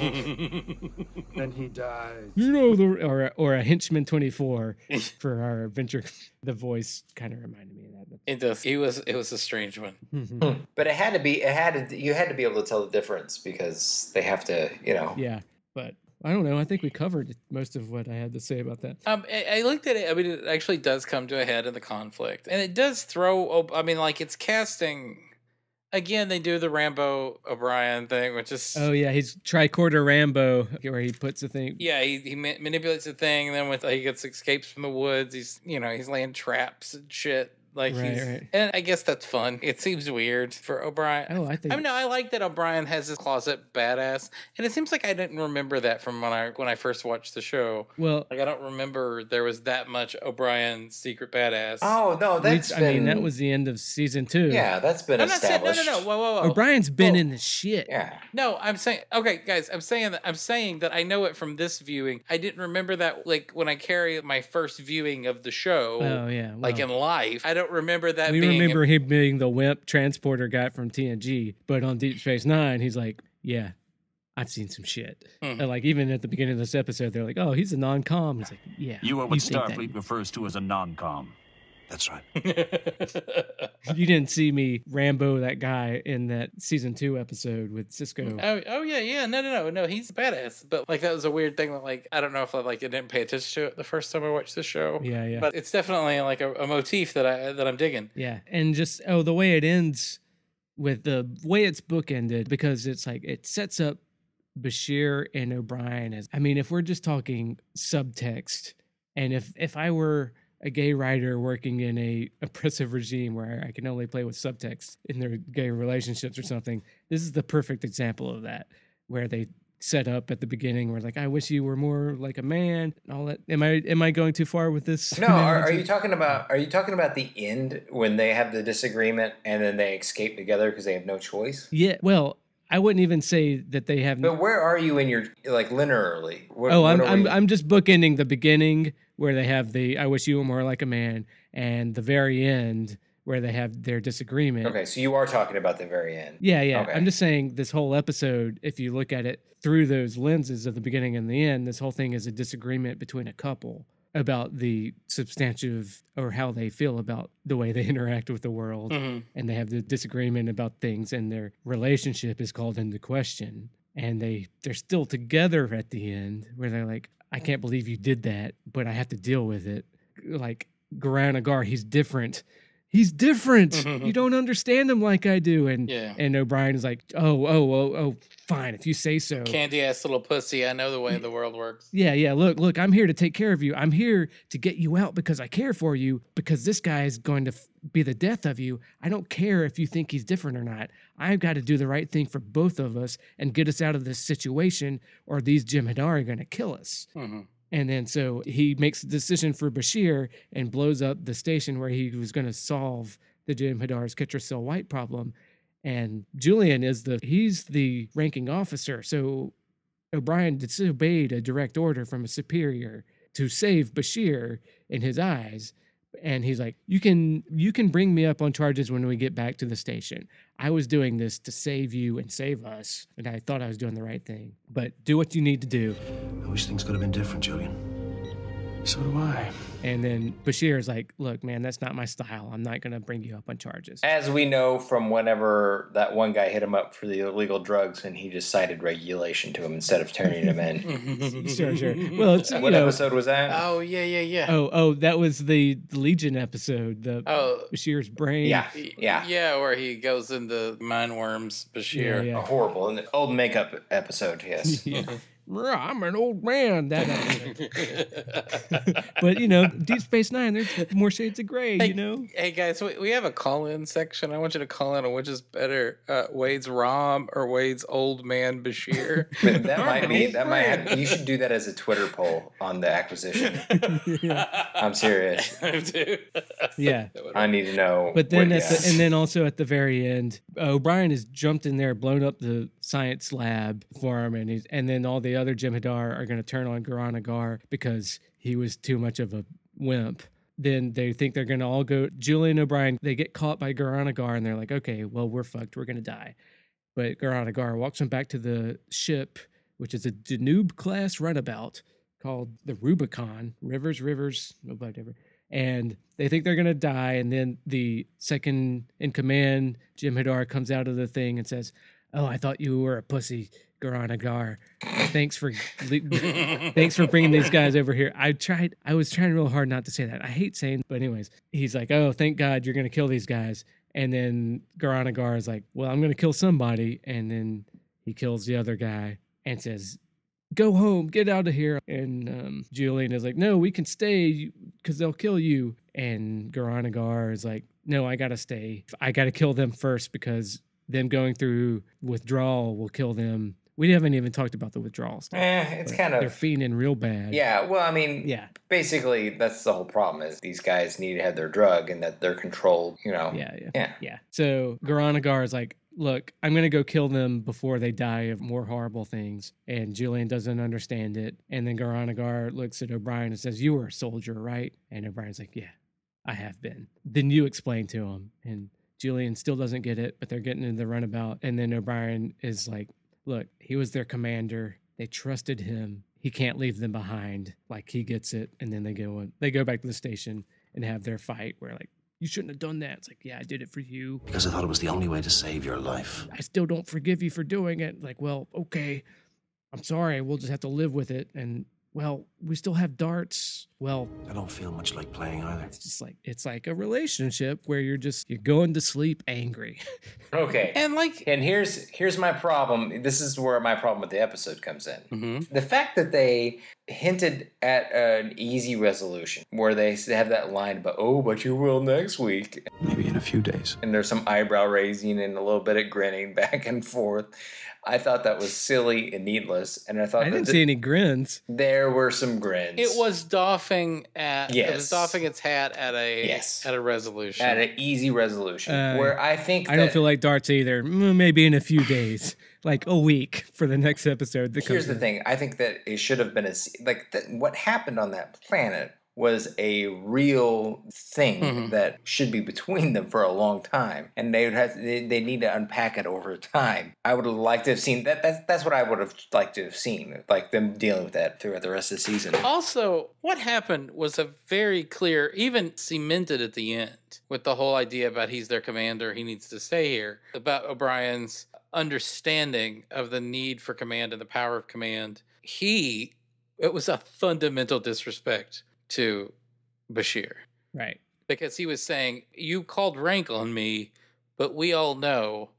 Speaker 7: Then he dies.
Speaker 2: you know, the, or or a henchman twenty four for our adventure. The voice kind of reminded me of
Speaker 3: It does. It was it was a strange one.
Speaker 2: that.
Speaker 4: but it had to be. It had to. You had to be able to tell the difference because they have to. You know.
Speaker 7: Hmm.
Speaker 2: yeah, but I don't know. I think we covered most of what I had to say about that.
Speaker 3: Um, I, I like that. It, I mean, it actually does come to a head in the conflict, and it does throw. op- I mean, like it's casting. Again, they do the Rambo O'Brien thing, which is
Speaker 2: Oh yeah, he's tricorder Rambo, where he puts the thing.
Speaker 3: yeah, he, he ma- manipulates the thing, and then with he gets escapes from the woods. He's you know he's laying traps and shit. Like
Speaker 2: Right,
Speaker 3: he's,
Speaker 2: right.
Speaker 3: and I guess that's fun. It seems weird for O'Brien.
Speaker 2: Oh, I think.
Speaker 3: I mean, no, I like that O'Brien has his closet badass, and it seems like I didn't remember that from when I when I first watched the show.
Speaker 2: well,
Speaker 3: Like I don't remember there was that much O'Brien secret badass.
Speaker 4: Oh no,
Speaker 2: we-
Speaker 4: that's
Speaker 2: I
Speaker 4: been.
Speaker 2: mean, that was the end of season two.
Speaker 4: Yeah, that's been
Speaker 3: I'm not saying no,
Speaker 4: established.
Speaker 3: no, no. Whoa, whoa, whoa.
Speaker 2: O'Brien's been
Speaker 3: Well,
Speaker 2: in the shit.
Speaker 4: Yeah.
Speaker 3: No, I'm saying okay, guys. I'm saying that I'm saying that I know it from this viewing. I didn't remember that like when I carry my first viewing of the show,
Speaker 2: Oh yeah.
Speaker 3: like
Speaker 2: well,
Speaker 3: in life. I don't remember that.
Speaker 2: we
Speaker 3: being
Speaker 2: remember him being the wimp transporter guy from TNG, but on Deep Space Nine, he's like, yeah, I've seen some shit.
Speaker 3: Mhm.
Speaker 2: And like even at the beginning of this episode, they're like, oh, he's a non-com. He's like, yeah,
Speaker 8: You are what
Speaker 2: think that-
Speaker 8: Starfleet refers to as a non-com.
Speaker 6: That's right.
Speaker 2: You didn't see me Rambo that guy in that season two episode with Cisco.
Speaker 3: Oh, oh yeah, yeah. No, no, no, no. He's badass. But like that was a weird thing. That like I don't know if I like I didn't pay attention to it the first time I watched the show.
Speaker 2: Yeah, yeah.
Speaker 3: But it's definitely like a, a motif that I that I'm digging.
Speaker 2: Yeah, and just oh, the way it ends with the way it's bookended because it's like it sets up Bashir and O'Brien as I mean, if we're just talking subtext, and if if I were a gay writer working in a oppressive regime where I can only play with subtext in their gay relationships or something. This is the perfect example of that, where they set up at the beginning where like I wish you were more like a man and all that. Am I am I going too far with this?
Speaker 4: No, are, are you talking about are you talking about the end when they have the disagreement and then they escape together because they have no choice?
Speaker 2: Yeah. Well, I wouldn't even say that they have.
Speaker 4: But where are you in your like linearly? What,
Speaker 2: oh,
Speaker 4: what
Speaker 2: I'm
Speaker 4: are
Speaker 2: I'm,
Speaker 4: we-
Speaker 2: I'm just bookending the beginning where they have the I wish you were more like a man and the very end where they have their disagreement.
Speaker 4: okay. So you are talking about the very end.
Speaker 2: Yeah, yeah.
Speaker 4: Okay.
Speaker 2: I'm just saying this whole episode, if you look at it through those lenses of the beginning and the end, this whole thing is a disagreement between a couple about the substantive or how they feel about the way they interact with the world.
Speaker 3: Mhm.
Speaker 2: And they have the disagreement about things, and their relationship is called into question. And they, they're still together at the end, where they're like, I can't believe you did that, but I have to deal with it. Like, Garanagar, he's different. He's different. you don't understand him like I do. And
Speaker 3: Yeah.
Speaker 2: and O'Brien is like, oh, oh, oh, oh, fine, if you say so.
Speaker 3: Candy ass little pussy. I know the
Speaker 2: Mm.
Speaker 3: way the world works.
Speaker 2: yeah, yeah. Look, look, I'm here to take care of you. I'm here to get you out because I care for you. Because this guy is going to f- be the death of you. I don't care if you think he's different or not. I've got to do the right thing for both of us and get us out of this situation, or these Jem'Hadar are going to kill us.
Speaker 3: Mhm.
Speaker 2: And then so he makes a decision for Bashir and blows up the station where he was going to solve the Jim Hadar's Ketrasil White problem. And Julian is the he's the ranking officer. So O'Brien disobeyed a direct order from a superior to save Bashir in his eyes. And he's like, You can you can bring me up on charges when we get back to the station. I was doing this to save you and save us. And I thought I was doing the right thing. But do what you need to do.
Speaker 6: I wish things could have been different, Julian.
Speaker 5: So do I.
Speaker 2: And then Bashir is like, look, man, that's not my style. I'm not going to bring you up on charges.
Speaker 4: As we know from whenever that one guy hit him up for the illegal drugs and he just cited regulation to him instead of turning him in.
Speaker 2: sure, sure. Well, it's, you
Speaker 4: what
Speaker 2: know,
Speaker 4: episode was that?
Speaker 3: Oh yeah, yeah, yeah.
Speaker 2: oh, oh, that was the Legion episode, the
Speaker 3: Oh.
Speaker 2: Bashir's brain.
Speaker 4: yeah,
Speaker 3: y-
Speaker 4: yeah,
Speaker 3: Oh, Yeah, where he goes into mind worms,
Speaker 2: Yeah,
Speaker 3: Bashir.
Speaker 4: A
Speaker 2: yeah.
Speaker 4: horrible and old makeup episode. Yes.
Speaker 2: "Rah, I'm an old man. That episode. but, you know, Deep Space Nine, there's more shades of gray, you know?
Speaker 3: Hey guys, we, we have a call in section. I want you to call in on which is better, uh, Wade's Rom or Wade's old man Bashir.
Speaker 4: But that might be. That might have. You should do that as a Twitter poll on the acquisition. I'm serious.
Speaker 3: Dude.
Speaker 2: Yeah.
Speaker 4: I need to know.
Speaker 2: But then,
Speaker 4: what-
Speaker 2: at the,
Speaker 4: yeah.
Speaker 2: and then also at the very end, O'Brien has jumped in there, blown up the science lab for him, and he's, and then all the other Jem'Hadar are going to turn on Garanagar because he was too much of a wimp. Then they think they're going to all go. Julian O'Brien, they get caught by Garanagar, and they're like, okay, well we're fucked, we're going to die. But Garanagar walks him back to the ship, which is a Danube class runabout called the Rubicon. Rivers, rivers, nobody ever. And they think they're gonna die, and then the second in command, Jim Hadar, comes out of the thing and says, "Oh, I thought you were a pussy, Garanagar. Thanks for, le- thanks for bringing these guys over here. I tried, I was trying real hard not to say that. I hate saying, but anyways, he's like, "Oh, thank God you're gonna kill these guys." And then Garanagar is like, "Well, I'm gonna kill somebody," and then he kills the other guy and says, go home, get out of here. And um, Julian is like, no, we can stay because they'll kill you. And Garanagar is like, no, I gotta stay. I gotta kill them first because them going through withdrawal will kill them. We haven't even talked about the withdrawal stuff.
Speaker 4: Eh, it's
Speaker 2: but
Speaker 4: kind
Speaker 2: they're
Speaker 4: of.
Speaker 2: fiending real bad.
Speaker 4: Yeah. Well, I mean,
Speaker 2: yeah,
Speaker 4: basically, that's the whole problem is these guys need to have their drug and that they're controlled. You know.
Speaker 2: yeah, yeah.
Speaker 4: Yeah.
Speaker 2: Yeah. So Garanagar is like, look, I'm going to go kill them before they die of more horrible things. And Julian doesn't understand it. And then Garanagar looks at O'Brien and says, You were a soldier, right? And O'Brien's like, Yeah, I have been. Then you explain to him. And Julian still doesn't get it, but they're getting into the runabout. And then O'Brien is like, Look, he was their commander. They trusted him. He can't leave them behind. Like he gets it. And then they go on, they go back to the station and have their fight where like, you shouldn't have done that. It's like, yeah, I did it for you.
Speaker 6: Because I thought it was the only way to save your life.
Speaker 2: I still don't forgive you for doing it. Like, well, okay, I'm sorry. We'll just have to live with it. And well, we still have darts. Well,
Speaker 6: I don't feel much like playing either.
Speaker 2: it's just like it's like a relationship where you're just you're going to sleep angry.
Speaker 4: Okay.
Speaker 3: And like,
Speaker 4: And here's here's my problem. This is where my problem with the episode comes
Speaker 2: Mm-hmm.
Speaker 4: in.
Speaker 3: Mhm.
Speaker 4: The fact that they hinted at an easy resolution, where they s- have that line, "But oh, but you will next week,"
Speaker 6: Maybe in a few days.
Speaker 4: and there's some eyebrow raising and a little bit of grinning back and forth. I thought that was silly and needless, and I thought
Speaker 2: I
Speaker 4: that
Speaker 2: didn't
Speaker 4: th-
Speaker 2: see any grins.
Speaker 4: there were some grins.
Speaker 3: it was doffing at it was
Speaker 4: Yes.
Speaker 3: doffing its hat at a
Speaker 4: Yes.
Speaker 3: at a resolution.
Speaker 4: at an easy resolution,
Speaker 2: Uh,
Speaker 4: where I think
Speaker 2: I don't
Speaker 4: that-
Speaker 2: feel like darts either. Mm, Maybe in a few days, like a week for the next episode. That comes
Speaker 4: Here's the
Speaker 2: in.
Speaker 4: thing. I think that it should have been a se- like th- what happened on that planet was a real thing
Speaker 2: Mm-hmm.
Speaker 3: Mhm.
Speaker 4: that should be between them for a long time, and they would have they, they need to unpack it over time. I would have liked to have seen that. That's that's what I would have liked to have seen, like them dealing with that throughout the rest of the season.
Speaker 3: Also, what happened was a very clear, even cemented at the end with the whole idea about he's their commander, he needs to stay here, about O'Brien's understanding of the need for command and the power of command. He, it was a fundamental disrespect to Bashir
Speaker 2: right?
Speaker 3: because he was saying, You called rank on me, but we all know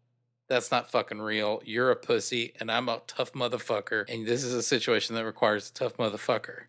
Speaker 3: that's not fucking real. You're a pussy, and I'm a tough motherfucker. And this is a situation that requires a tough motherfucker.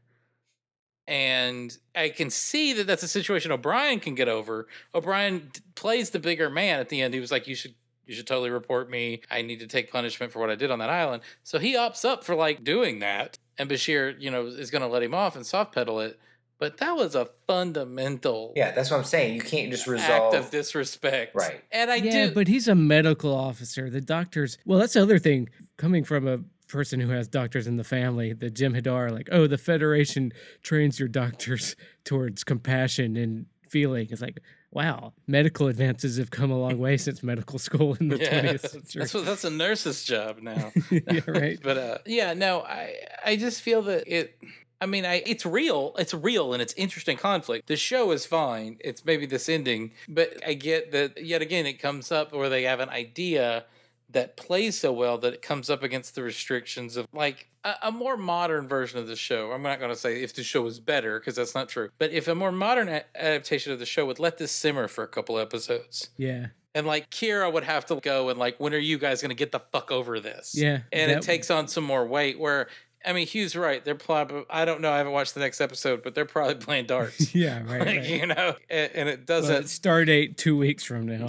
Speaker 3: And I can see that that's a situation O'Brien can get over. O'Brien d- plays the bigger man at the end. He was like, You should. You should totally report me. I need to take punishment for what I did on that island. So he opts up for like doing that. And Bashir, you know, is going to let him off and soft pedal it. But that was a fundamental
Speaker 4: Yeah, that's what I'm saying. You can't just
Speaker 3: act
Speaker 4: resolve.
Speaker 3: of disrespect.
Speaker 4: Right.
Speaker 3: And I
Speaker 2: yeah,
Speaker 3: do.
Speaker 2: but he's a medical officer. The doctors. Well, that's the other thing. Coming from a person who has doctors in the family, the Jim Hadar, like, oh, the Federation trains your doctors towards compassion and feeling. It's like, wow, medical advances have come a long way since medical school in the
Speaker 3: Yeah,
Speaker 2: 20th century.
Speaker 3: that's what that's a nurse's job now.
Speaker 2: yeah, right.
Speaker 3: but uh, yeah, no, I I just feel that it. I mean, I it's real. It's real and it's interesting conflict. The show is fine. It's maybe this ending, but I get that yet again it comes up where they have an idea that plays so well that it comes up against the restrictions of like a, a more modern version of the show. I'm not going to say if the show was better because that's not true. But if a more modern a- adaptation of the show would let this simmer for a couple episodes,
Speaker 2: Yeah.
Speaker 3: and like Kira would have to go and like, when are you guys gonna get the fuck over this?
Speaker 2: Yeah.
Speaker 3: And it
Speaker 2: that-
Speaker 3: takes on some more weight where I mean Hugh's right. They're probably I don't know, I haven't watched the next episode, but they're probably playing darts.
Speaker 2: Yeah, right.
Speaker 3: like,
Speaker 2: right.
Speaker 3: you know, and, and it
Speaker 2: Well,
Speaker 3: doesn't
Speaker 2: start date two weeks from now.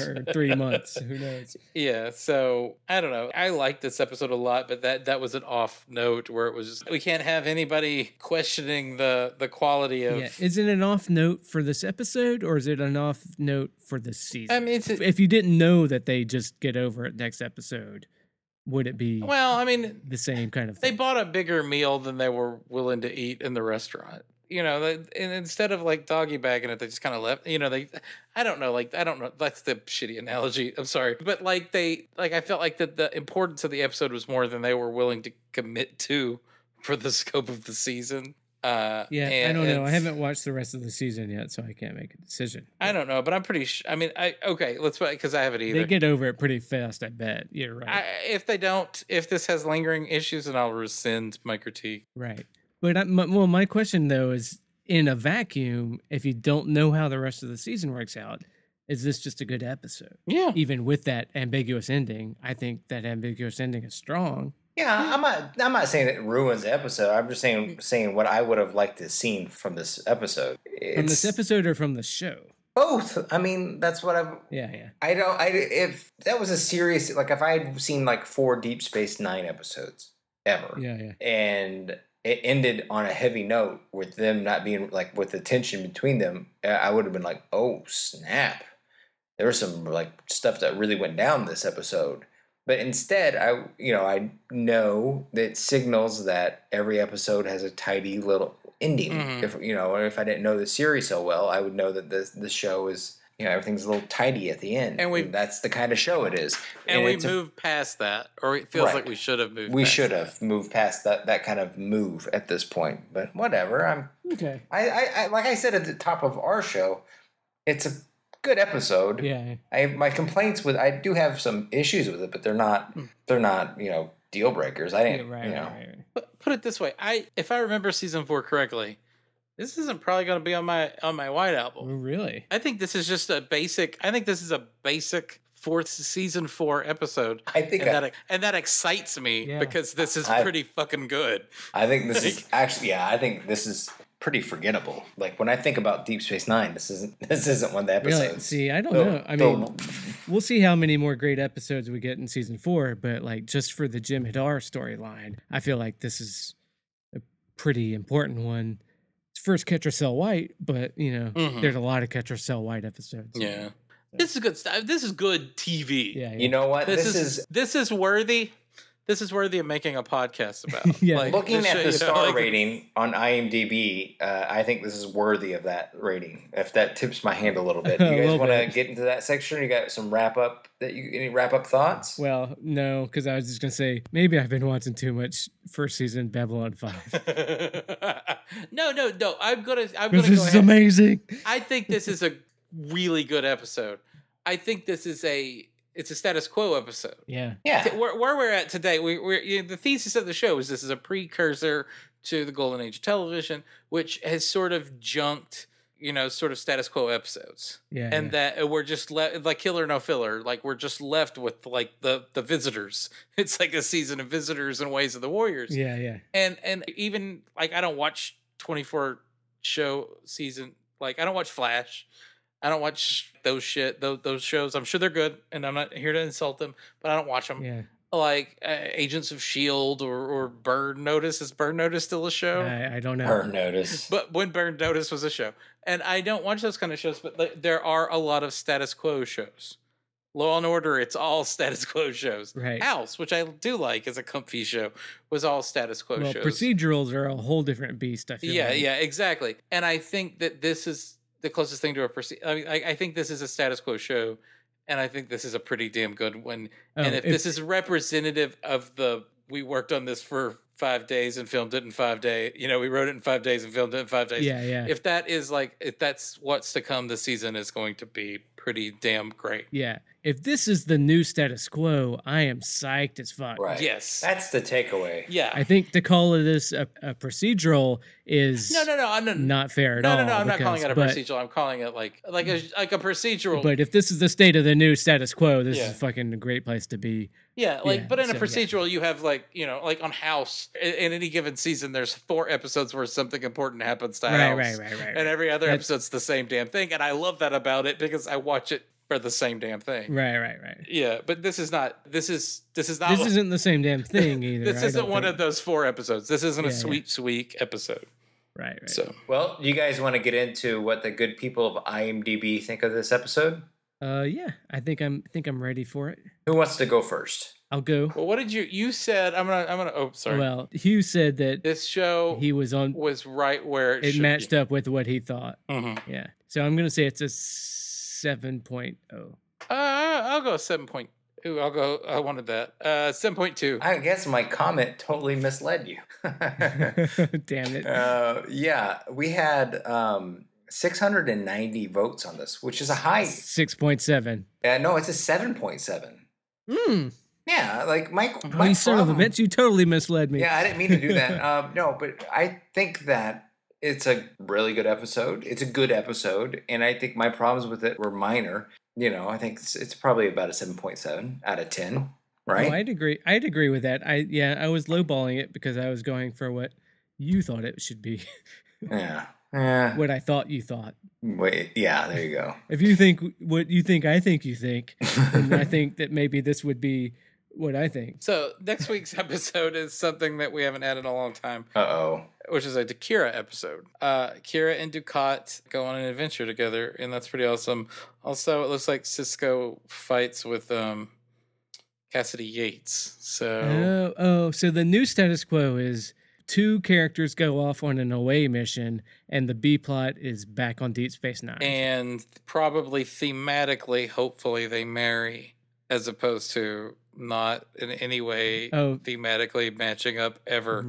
Speaker 2: or three months. Who knows?
Speaker 3: Yeah, so I don't know. I like this episode a lot, but that that was an off note where it was just, we can't have anybody questioning the the quality of
Speaker 2: Yeah. Is it an off note for this episode or is it an off note for this season?
Speaker 3: I mean it's
Speaker 2: if you didn't know that they just get over it next episode, would it be
Speaker 3: well, I mean
Speaker 2: the same kind of
Speaker 3: they
Speaker 2: thing?
Speaker 3: bought a bigger meal than they were willing to eat in the restaurant. You know, they, and instead of like doggy bagging it, they just kind of left. You know, they, I don't know, like I don't know. That's the shitty analogy. I'm sorry, but like they, like I felt like that the importance of the episode was more than they were willing to commit to for the scope of the season. Uh,
Speaker 2: yeah, I
Speaker 3: and-
Speaker 2: don't know. I
Speaker 3: and-
Speaker 2: haven't watched the rest of the season yet, so I can't make a decision.
Speaker 3: I don't know, but I'm pretty. Sh- I mean, I okay. Let's because I haven't either.
Speaker 2: They get over it pretty fast, I bet. You're right.
Speaker 3: I, if they don't, if this has lingering issues, then I'll rescind my critique.
Speaker 2: Right. But I, m- well, my question though is, in a vacuum, if you don't know how the rest of the season works out, is this just a good episode?
Speaker 3: Yeah,
Speaker 2: Even with that ambiguous ending, I think that ambiguous ending is strong.
Speaker 4: Yeah, I'm not. I'm not saying it ruins the episode. I'm just saying
Speaker 3: Mm.
Speaker 4: saying what I would have liked to have seen from this episode. It's
Speaker 2: From this episode or from the show?
Speaker 4: both. I mean, that's what I've
Speaker 2: Yeah, yeah.
Speaker 4: I don't. I if that was a serious like if I had seen like four Deep Space Nine episodes ever,
Speaker 2: Yeah, yeah.
Speaker 4: and it ended on a heavy note with them not being like with the tension between them, uh, I would have been like, oh snap, there was some like stuff that really went down this episode. But instead, I you know I know that signals that every episode has a tidy little ending.
Speaker 3: Mhm.
Speaker 4: If you know, if I didn't know the series so well, I would know that this the show is you know everything's a little tidy at the end,
Speaker 3: And we-
Speaker 4: that's the kind of show it is.
Speaker 3: and, we
Speaker 4: it's a-
Speaker 3: moved past that, or it feels
Speaker 4: Right.
Speaker 3: like we should have moved.
Speaker 4: we
Speaker 3: past
Speaker 4: should
Speaker 3: that.
Speaker 4: have moved past that that kind of move at this point, but whatever. I'm
Speaker 2: Okay.
Speaker 4: I, I, I like I said at the top of our show, it's a good episode.
Speaker 2: Yeah.
Speaker 4: I my complaints with I do have some issues with it, but they're not they're not you know deal breakers. I
Speaker 2: Hmm. Yeah,
Speaker 4: didn't,
Speaker 2: right,
Speaker 4: you know.
Speaker 2: right, right, right.
Speaker 3: But put it this way, I if I remember season four correctly, this isn't probably going to be on my on my white
Speaker 2: Oh,
Speaker 4: Mm.
Speaker 3: album.
Speaker 2: really?
Speaker 3: I think this is just a basic. I think this is a basic fourth season four episode,
Speaker 4: I think
Speaker 3: and
Speaker 4: I,
Speaker 3: that and that excites me
Speaker 2: Yeah.
Speaker 3: because this is
Speaker 4: I-
Speaker 3: pretty fucking good.
Speaker 4: I think this is actually yeah. I think this is pretty forgettable. Like when I think about Deep Space Nine, this isn't this isn't one of the
Speaker 2: Really?
Speaker 4: episodes.
Speaker 2: See, I don't
Speaker 4: So-
Speaker 2: know. I
Speaker 4: so-
Speaker 2: mean, we'll see how many more great episodes we get in season four, but like just for the Jim Hadar storyline, I feel like this is a pretty important one. It's first Ketracel White, but you know,
Speaker 3: Mhm.
Speaker 2: there's a lot of Ketracel White episodes.
Speaker 3: Yeah, this is good stuff. This is good TV.
Speaker 2: Yeah. yeah.
Speaker 4: you know what?
Speaker 3: this,
Speaker 4: This,
Speaker 3: is,
Speaker 4: is,
Speaker 3: this is worthy. This is worthy of making a podcast about.
Speaker 2: Yeah.
Speaker 4: looking
Speaker 3: this
Speaker 4: at
Speaker 3: show-
Speaker 4: the
Speaker 3: yeah,
Speaker 4: star
Speaker 3: like-
Speaker 4: rating on IMDb. Uh, I think this is worthy of that rating. If that tips my hand a little bit,
Speaker 2: A
Speaker 4: do you guys
Speaker 2: little
Speaker 4: want to
Speaker 2: bit.
Speaker 4: get into that section? You got some wrap up that you any wrap up thoughts?
Speaker 2: Well, no, because I was just gonna say maybe I've been watching too much first season Babylon Five.
Speaker 3: no, no, no. I'm gonna. I'm gonna
Speaker 2: This
Speaker 3: go
Speaker 2: is
Speaker 3: ahead.
Speaker 2: amazing.
Speaker 3: I think this is a really good episode. I think this is a it's a status quo episode.
Speaker 2: Yeah.
Speaker 4: yeah,
Speaker 3: Th- Where, where we're at today, we, we're you know, the thesis of the show is this is a precursor to the golden age of television, which has sort of junked you know sort of status quo episodes,
Speaker 2: Yeah.
Speaker 3: and
Speaker 2: yeah.
Speaker 3: that uh, we're just le- like killer no filler, like we're just left with like the the visitors. It's like a season of visitors and ways of the warriors
Speaker 2: Yeah, yeah.
Speaker 3: and and even like I don't watch 24 show season like I don't watch Flash. I don't watch those shit those, those shows. I'm sure they're good and I'm not here to insult them, but I don't watch them.
Speaker 2: Yeah.
Speaker 3: Like uh, Agents of Shield or or Burn Notice is Burn Notice still a show?
Speaker 2: I, I don't know.
Speaker 4: her notice.
Speaker 3: But when Burn Notice was a show, and I don't watch those kind of shows, but like, there are a lot of status quo shows. Law and Order, it's all status quo shows.
Speaker 2: Right.
Speaker 3: House, which I do like as a comfy show, was all status quo
Speaker 2: well,
Speaker 3: shows.
Speaker 2: procedurals are a whole different beast. I feel.
Speaker 3: Yeah,
Speaker 2: like.
Speaker 3: yeah, exactly. And I think that this is the closest thing to a perce- I mean, I, I think this is a status quo show, and I think this is a pretty damn good one.
Speaker 2: Oh,
Speaker 3: and if, this is representative of the, we worked on this for five days and filmed it in five days. You know, we wrote it in five days and filmed it in five days.
Speaker 2: yeah, yeah,
Speaker 3: If that is like, if that's what's to come, this season is going to be pretty damn great.
Speaker 2: yeah. If this is the new status quo, I am psyched as fuck.
Speaker 4: right.
Speaker 3: Yes.
Speaker 4: That's the takeaway.
Speaker 3: yeah.
Speaker 2: I think to call this a, a procedural is
Speaker 3: no, no, no. I'm not.
Speaker 2: not fair at
Speaker 3: no,
Speaker 2: all.
Speaker 3: no, no! I'm not
Speaker 2: because-
Speaker 3: calling it a
Speaker 2: but- Mm.
Speaker 3: procedural. I'm calling it like like a like a procedural.
Speaker 2: But if this is the state of the new status quo, this
Speaker 3: Yeah.
Speaker 2: is fucking a great place to be.
Speaker 3: Yeah, like,
Speaker 2: Yeah,
Speaker 3: but in a
Speaker 2: so, yeah.
Speaker 3: procedural, you have like, you know, like on House, in, in any given season, there's four episodes where something important happens to
Speaker 2: Right, right, right,
Speaker 3: House,
Speaker 2: right,
Speaker 3: and uh,
Speaker 2: right,
Speaker 3: every other
Speaker 2: That's-
Speaker 3: episode's the same damn thing, and I love that about it because I watch it for the same damn thing.
Speaker 2: right, right, right.
Speaker 3: Yeah, but this is not. This is this is not.
Speaker 2: This
Speaker 3: one-
Speaker 2: isn't the same damn thing either.
Speaker 3: This isn't one of those four episodes. This isn't a
Speaker 2: Yeah, yeah.
Speaker 3: sweet, sweet episode.
Speaker 2: the right, right.
Speaker 3: So
Speaker 4: Well, you guys want to get into what the good people of IMDb think of this episode?
Speaker 2: Uh, yeah, I think I'm I think I'm ready for it.
Speaker 4: Who wants to go first?
Speaker 2: I'll go.
Speaker 3: well, what did you you said? I'm gonna I'm gonna. Oh, sorry.
Speaker 2: Well, Hugh said that
Speaker 3: this show
Speaker 2: he was on.
Speaker 3: was right where it,
Speaker 2: It matched up with what he thought.
Speaker 3: hmm
Speaker 2: Yeah. So I'm going to say it's a oh. 7.0.
Speaker 3: Uh, I'll go seven point. Ooh, I'll go. I wanted that. Uh, seven point two.
Speaker 4: I guess my comment totally misled you.
Speaker 2: Damn it.
Speaker 4: uh, yeah, we had um, 690 votes on this, which is a high.
Speaker 2: 6.7.
Speaker 4: Uh, no, it's a 7.7.
Speaker 2: Mm.
Speaker 4: Yeah, like my
Speaker 2: Oh,
Speaker 4: my
Speaker 2: You son of a
Speaker 4: Hmm. problem-
Speaker 2: bitch, you totally misled me.
Speaker 4: Yeah, I didn't mean to do that. um, no, but I think that it's a really good episode. It's a good episode, and I think my problems with it were minor. You know, I think it's, it's probably about a seven point seven out of ten,
Speaker 2: No,
Speaker 4: right?
Speaker 2: Oh, I'd agree. I'd agree with that. I yeah, I was lowballing it because I was going for what you thought it should be,
Speaker 4: yeah, yeah.
Speaker 2: what I thought you thought.
Speaker 4: Wait, yeah, there you go.
Speaker 2: If you think what you think, I think you think, and I think that maybe this would be what I think.
Speaker 3: So next week's episode is something that we haven't had in a long time,
Speaker 4: Uh oh.
Speaker 3: which is a Kira episode. Uh, Kira and Ducat go on an adventure together, and that's pretty awesome. Also, it looks like Cisco fights with um, Cassidy Yates.
Speaker 2: Oh,
Speaker 3: So
Speaker 2: oh, so the new status quo is two characters go off on an away mission, and the B plot is back on Deep Space Nine.
Speaker 3: and probably thematically, hopefully they marry, as opposed to not in any way
Speaker 2: Oh. Mm.
Speaker 3: thematically matching up ever,
Speaker 2: R-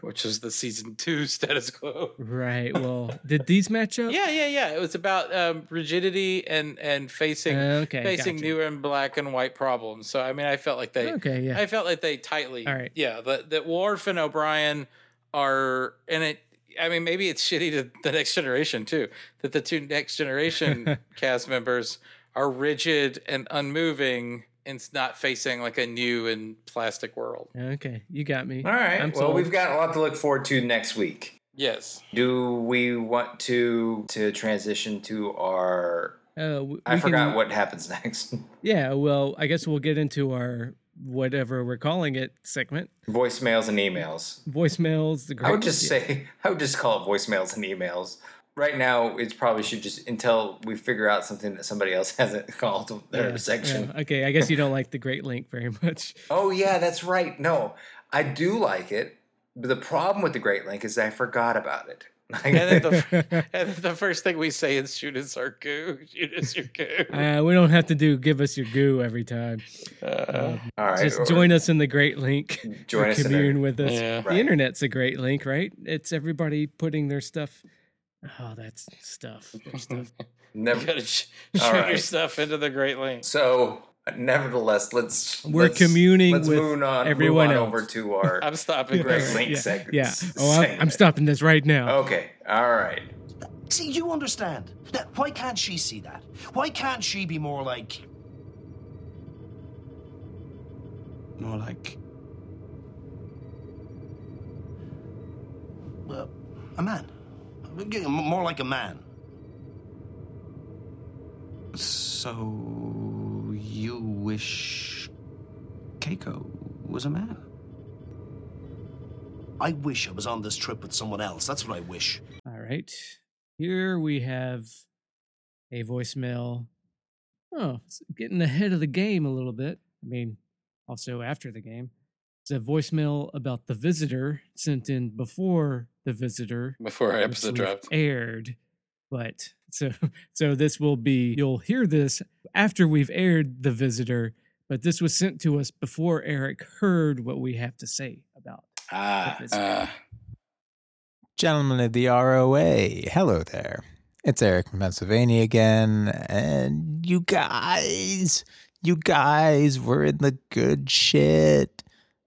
Speaker 3: which is the season two status quo.
Speaker 2: Right. Well, did these match up?
Speaker 3: Yeah, yeah, yeah. It was about um, rigidity and and facing
Speaker 2: Okay.
Speaker 3: facing
Speaker 2: gotcha.
Speaker 3: new and black and white problems. So I mean, I felt like they
Speaker 2: Okay. Yeah.
Speaker 3: I felt like they tightly.
Speaker 2: All right.
Speaker 3: Yeah, that that Worf and O'Brien are, and it. I mean, maybe it's shitty to the next generation too. That the two next generation cast members are rigid and unmoving, and s- not facing like a new and plastic world.
Speaker 2: okay. You got me.
Speaker 4: All right.
Speaker 2: I'm
Speaker 4: well,
Speaker 2: sold.
Speaker 4: we've got a lot to look forward to next week.
Speaker 3: Yes.
Speaker 4: Do we want to to transition to our?
Speaker 2: Uh, w-
Speaker 4: I
Speaker 2: we
Speaker 4: forgot
Speaker 2: can-
Speaker 4: what happens next.
Speaker 2: Yeah. Well, I guess we'll get into our whatever we're calling it segment.
Speaker 4: voicemails and emails.
Speaker 2: Voicemails. The great
Speaker 4: I would just say I would just call it voicemails and emails. Right now, it probably should just until we figure out something that somebody else hasn't called their
Speaker 2: Yeah,
Speaker 4: section.
Speaker 2: yeah, Okay. I guess you don't like the Great Link very much.
Speaker 4: Oh yeah, that's right. No, I do like it. But the problem with the Great Link is I forgot about it.
Speaker 3: And then the, and then the first thing we say is "shoot us our goo, shoot us your goo."
Speaker 2: Uh, we don't have to do give us your goo every time.
Speaker 3: Uh,
Speaker 4: All right,
Speaker 2: Just
Speaker 4: or-
Speaker 2: join us in the Great Link.
Speaker 4: Join
Speaker 2: or
Speaker 4: us in our-
Speaker 2: commune with us.
Speaker 3: Yeah.
Speaker 2: The
Speaker 4: Right.
Speaker 2: internet's a great link, right? It's everybody putting their stuff. Oh, that's stuff. their stuff.
Speaker 3: you
Speaker 4: Never,
Speaker 3: gotta sh- shoot
Speaker 4: All
Speaker 3: your
Speaker 4: right.
Speaker 3: stuff into the Great Lane.
Speaker 4: so, nevertheless, let's
Speaker 2: We're
Speaker 4: let's-
Speaker 2: communing
Speaker 4: Let's
Speaker 2: with
Speaker 4: move on,
Speaker 2: everyone
Speaker 4: move on
Speaker 2: else.
Speaker 4: over to our
Speaker 3: I'm stopping.
Speaker 4: Great
Speaker 3: this.
Speaker 4: Link Oh.
Speaker 2: yeah,
Speaker 4: seg-
Speaker 2: yeah.
Speaker 4: s-
Speaker 2: Oh, I'm, I'm
Speaker 4: segment.
Speaker 2: stopping this right now.
Speaker 4: Okay, all right.
Speaker 7: See, you understand. Now, why can't she see that? Why can't she be more like.
Speaker 6: More like
Speaker 7: Uh, a man? Yeah, m- More like a man.
Speaker 6: So you wish Keiko was a man?
Speaker 7: I wish I was on this trip with someone else. That's what I wish.
Speaker 2: All right. Here we have a voicemail. Oh, it's getting ahead of the game a little bit. I mean, also after the game. It's a voicemail about the visitor sent in before the visitor
Speaker 3: Before our
Speaker 2: which
Speaker 3: episode
Speaker 2: we've
Speaker 3: dropped.
Speaker 2: aired but so so this will be you'll hear this after we've aired the visitor but this was sent to us before eric heard what we have to say about the
Speaker 4: Ah,
Speaker 2: visitor.
Speaker 3: Uh,
Speaker 9: Gentlemen of the ROA, hello there. It's Eric from Pennsylvania again, and you guys, you guys, we're in the good shit.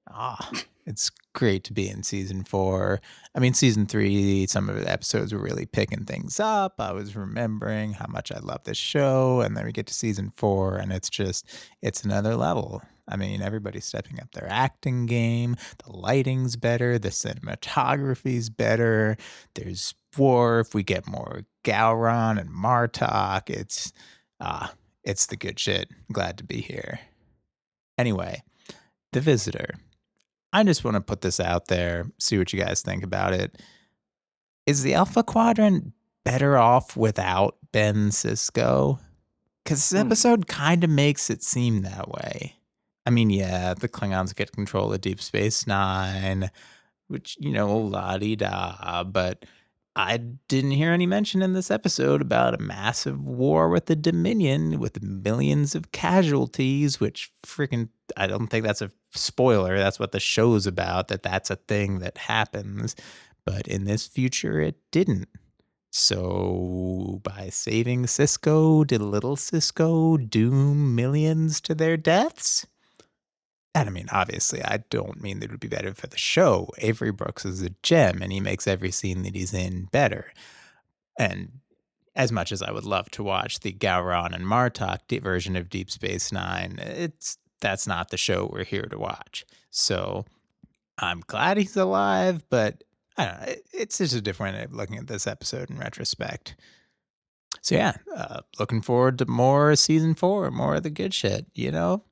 Speaker 9: Ah, it's great to be in season four. I mean, season three, some of the episodes were really picking things up. I was remembering how much I love this show, and then we get to season four, and it's just, it's another level. I mean, everybody's stepping up their acting game. The lighting's better. The cinematography's better. There's Worf. We get more Gowron and Martok. It's ah, it's the good shit. Glad to be here. Anyway, the visitor. I just want to put this out there. See what you guys think about it. Is the Alpha Quadrant better off without Ben Cisco? Because this
Speaker 3: Hmm.
Speaker 9: episode kind of makes it seem that way. I mean, yeah, the Klingons get control of Deep Space Nine, which, you know, la di da, but I didn't hear any mention in this episode about a massive war with the Dominion with millions of casualties, which freaking, I don't think that's a spoiler. That's what the show's about, that that's a thing that happens. But in this future, it didn't. So by saving Cisco, did little Cisco doom millions to their deaths? And I mean, obviously, I don't mean that it would be better for the show. Avery Brooks is a gem and he makes every scene that he's in better. And as much as I would love to watch the Gowron and Martok de- version of Deep Space Nine, it's that's not the show we're here to watch. So I'm glad he's alive, but I don't know. it- It's just a different way of looking at this episode in retrospect. So yeah, uh, looking forward to more season four, more of the good shit. You know,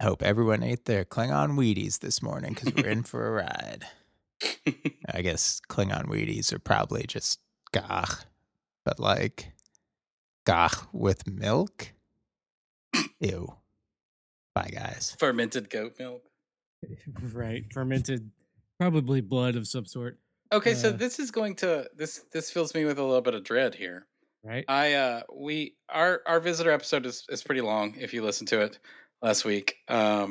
Speaker 9: I hope everyone ate their Klingon Wheaties this morning because we're in for a ride. I guess Klingon Wheaties are probably just gah, but like gah with milk. Ew. Bye, guys.
Speaker 3: fermented goat milk.
Speaker 2: right fermented probably blood of some sort
Speaker 3: Okay, so
Speaker 2: Uh,
Speaker 3: this is going to this this fills me with a little bit of dread here.
Speaker 2: right
Speaker 3: Uh, I uh we our our visitor episode is is pretty long if you listen to it. last week, um,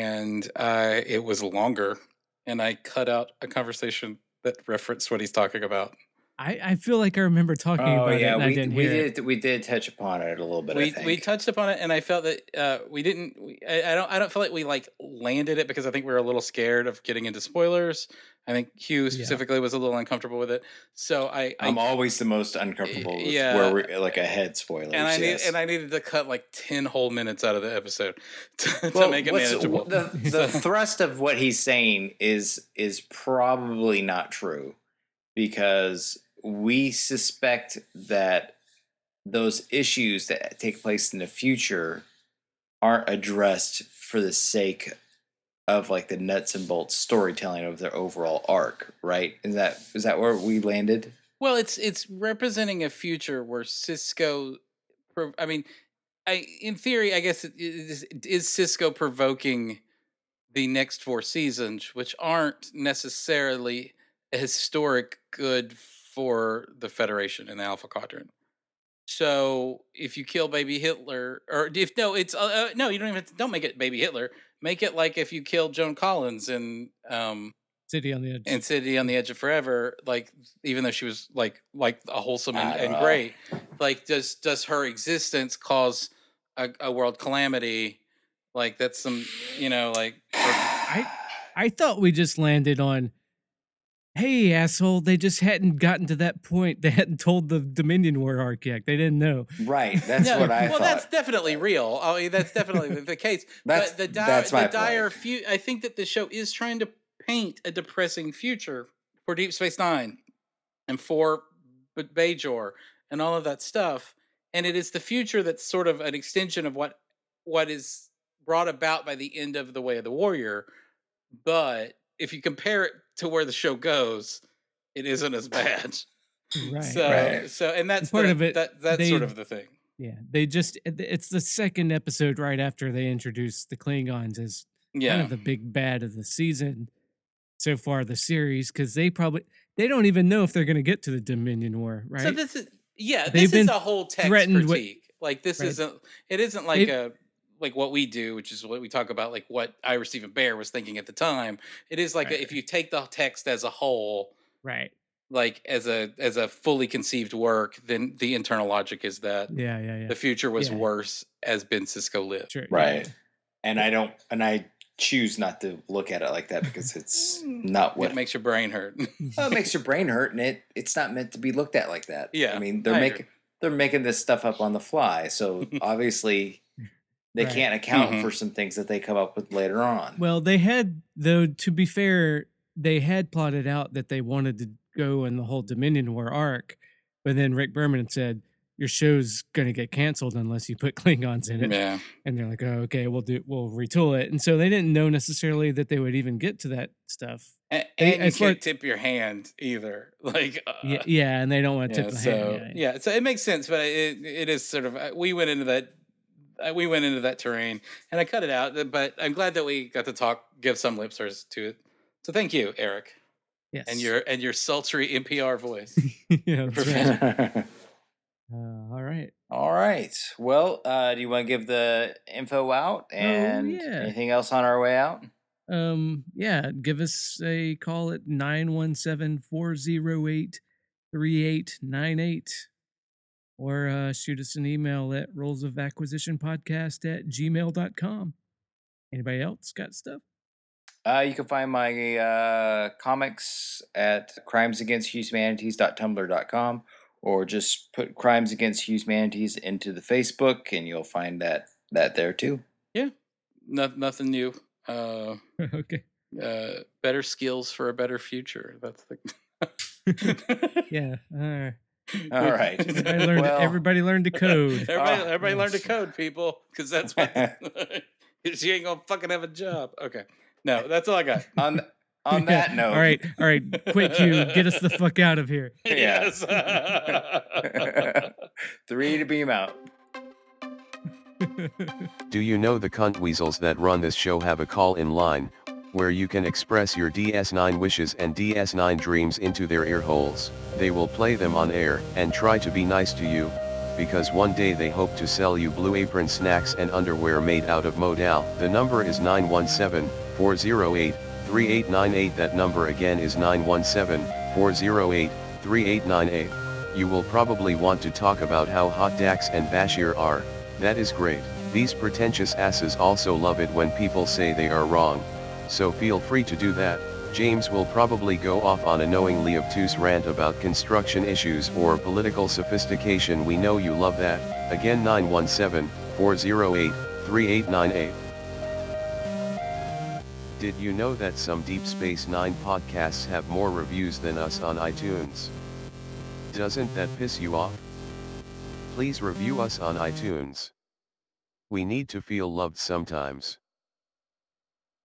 Speaker 3: and uh, it was longer, and I cut out a conversation that referenced what he's talking about.
Speaker 2: I, I feel like I remember talking
Speaker 3: Oh,
Speaker 2: about it and I
Speaker 4: oh, we,
Speaker 2: didn't
Speaker 4: we
Speaker 2: hear it.
Speaker 4: did we did touch upon it a little bit. I
Speaker 3: we
Speaker 4: think.
Speaker 3: we touched upon it, and I felt that uh, we didn't. We, I, I don't. I don't feel like we like landed it because I think we were a little scared of getting into spoilers. I think Hugh specifically was a little uncomfortable with it, so I. I
Speaker 4: I'm always the most uncomfortable with
Speaker 3: Yeah.
Speaker 4: where we like ahead spoilers.
Speaker 3: and I need,
Speaker 4: yes.
Speaker 3: and I needed to cut like ten whole minutes out of the episode to, to
Speaker 4: Well,
Speaker 3: make it
Speaker 4: what's-
Speaker 3: manageable.
Speaker 4: The, the thrust of what he's saying is is probably not true because we suspect that those issues that take place in the future aren't addressed for the sake of like the nuts and bolts storytelling of their overall arc, right? Is that is that where we landed?
Speaker 3: Well, it's it's representing a future where Cisco. pro- I mean, I in theory, I guess it is, is Cisco provoking the next four seasons, which aren't necessarily a historic good for the Federation and the Alpha Quadrant. So, if you kill baby Hitler, or if no, it's uh, uh, no, you don't even have to, don't make it baby Hitler. Make it like if you kill Joan Collins and um,
Speaker 2: City on the edge.
Speaker 3: and City on the Edge of Forever, like even though she was like like a wholesome
Speaker 4: I
Speaker 3: and,
Speaker 4: don't
Speaker 3: and
Speaker 4: know.
Speaker 3: great, like does does her existence cause a, a world calamity? Like that's some you know like
Speaker 2: I thought we just landed on, hey, asshole, they just hadn't gotten to that point. They hadn't told the Dominion War arc yet. They didn't know.
Speaker 4: Right, that's
Speaker 3: No,
Speaker 4: what I
Speaker 3: well,
Speaker 4: thought.
Speaker 3: that's definitely real. I mean, that's definitely the- the case.
Speaker 4: That's-
Speaker 3: but the dire,
Speaker 4: that's my
Speaker 3: the dire
Speaker 4: point.
Speaker 3: fu- I think that the show is trying to paint a depressing future for Deep Space Nine and for B- Bajor and all of that stuff. And it is the future that's sort of an extension of what what is brought about by the end of the Way of the Warrior. But if you compare it to where the show goes, it isn't as bad.
Speaker 2: Right.
Speaker 3: So,
Speaker 4: Right.
Speaker 3: so, and that's
Speaker 2: part
Speaker 3: the-
Speaker 2: of it,
Speaker 3: That, that's
Speaker 2: they-
Speaker 3: sort of the thing.
Speaker 2: yeah. They just, it- it's the second episode right after they introduce the Klingons as
Speaker 3: Yeah.
Speaker 2: kind of the big bad of the season so far, the series, because they probably, they don't even know if they're going to get to the Dominion War, right?
Speaker 3: So this is yeah,
Speaker 2: They've
Speaker 3: this is
Speaker 2: been
Speaker 3: a whole text
Speaker 2: threatened
Speaker 3: critique.
Speaker 2: with-
Speaker 3: like this
Speaker 2: Right.
Speaker 3: isn't it isn't like
Speaker 2: They've-
Speaker 3: a like what we do, which is what we talk about, like what Iris Stephen Bear was thinking at the time. It is like
Speaker 2: Right,
Speaker 3: if you take the text as a whole,
Speaker 2: right.
Speaker 3: like as a as a fully conceived work, then the internal logic is that
Speaker 2: Yeah, yeah, yeah.
Speaker 3: the future was
Speaker 2: Yeah.
Speaker 3: worse as Ben Cisco lived.
Speaker 2: Sure, yeah,
Speaker 4: Right.
Speaker 2: yeah.
Speaker 4: And I don't and I choose not to look at it like that because it's
Speaker 2: Mm.
Speaker 4: not what
Speaker 3: What makes your brain hurt?
Speaker 2: Mm-hmm.
Speaker 4: well, it makes your brain hurt and it it's not meant to be looked at like that.
Speaker 3: Yeah,
Speaker 4: I mean they're
Speaker 3: I agree.
Speaker 4: making they're making this stuff up on the fly. So obviously they
Speaker 2: Right.
Speaker 4: can't account
Speaker 3: Mhm.
Speaker 4: for some things that they come up with later on.
Speaker 2: Well, they had though. To be fair, they had plotted out that they wanted to go in the whole Dominion War arc, but then Rick Berman said, "Your show's going to get canceled unless you put Klingons in it."
Speaker 3: yeah.
Speaker 2: And they're like, "Oh, okay, we'll do, we'll retool it." And so they didn't know necessarily that they would even get to that stuff.
Speaker 3: And,
Speaker 2: They-
Speaker 3: and you
Speaker 2: it's
Speaker 3: can't
Speaker 2: like-
Speaker 3: tip your hand either. Like uh,
Speaker 2: yeah, yeah, and they don't want to
Speaker 3: yeah,
Speaker 2: tip the
Speaker 3: so,
Speaker 2: hand. yeah,
Speaker 3: Yeah, so it makes sense, but it it is sort of uh, we went into that uh, we went into that terrain, and I cut it out. uh, But I'm glad that we got to talk, give some lip service to it. So thank you, Eric,
Speaker 2: Yes.
Speaker 3: and your and your sultry NPR voice.
Speaker 2: yeah, that's right. Uh, all right.
Speaker 4: All right. Well, uh, do you want to give the info out and
Speaker 2: Oh, yeah.
Speaker 4: anything else on our way out?
Speaker 2: um yeah give us a call at 917-408-3898 or uh, shoot us an email at rules of acquisition podcast at gmail.com anybody else got stuff
Speaker 4: Uh, you can find my uh, comics at crimesagainstHumanities.tumblr.com or just put Crimes Against Humanities into the Facebook and you'll find that that there too.
Speaker 3: no, nothing new. Uh,
Speaker 2: okay
Speaker 3: uh, better skills for a better future. That's the.
Speaker 2: yeah uh,
Speaker 4: All right.
Speaker 2: everybody, learned,
Speaker 4: Well-
Speaker 2: everybody learned to code
Speaker 3: Everybody,
Speaker 4: Ah,
Speaker 3: everybody learn to
Speaker 2: yes.
Speaker 3: code, people, because that's what. Because you ain't gonna fucking have a job. Okay, no, that's all I got.
Speaker 4: On on
Speaker 2: Yeah,
Speaker 4: that note,
Speaker 2: all right all right quick you get us the fuck out of here
Speaker 4: Yeah.
Speaker 3: Yes.
Speaker 4: three to beam out.
Speaker 1: Do you know the cunt weasels that run this show have a call-in line, where you can express your DS9 wishes and DS9 dreams into their earholes? They will play them on air and try to be nice to you, because one day they hope to sell you blue apron snacks and underwear made out of modal. The number is 917 408 3898. That number again is 917 408 3898. You will probably want to talk about how hot Dax and Bashir are, that is great. These pretentious asses also love it when people say they are wrong, so feel free to do that. James will probably go off on a knowingly obtuse rant about construction issues or political sophistication. We know you love that. Again 917 408 3898. Did you know that some Deep Space Nine podcasts have more reviews than us on iTunes? Doesn't that piss you off? Please review us on iTunes. We need to feel loved sometimes.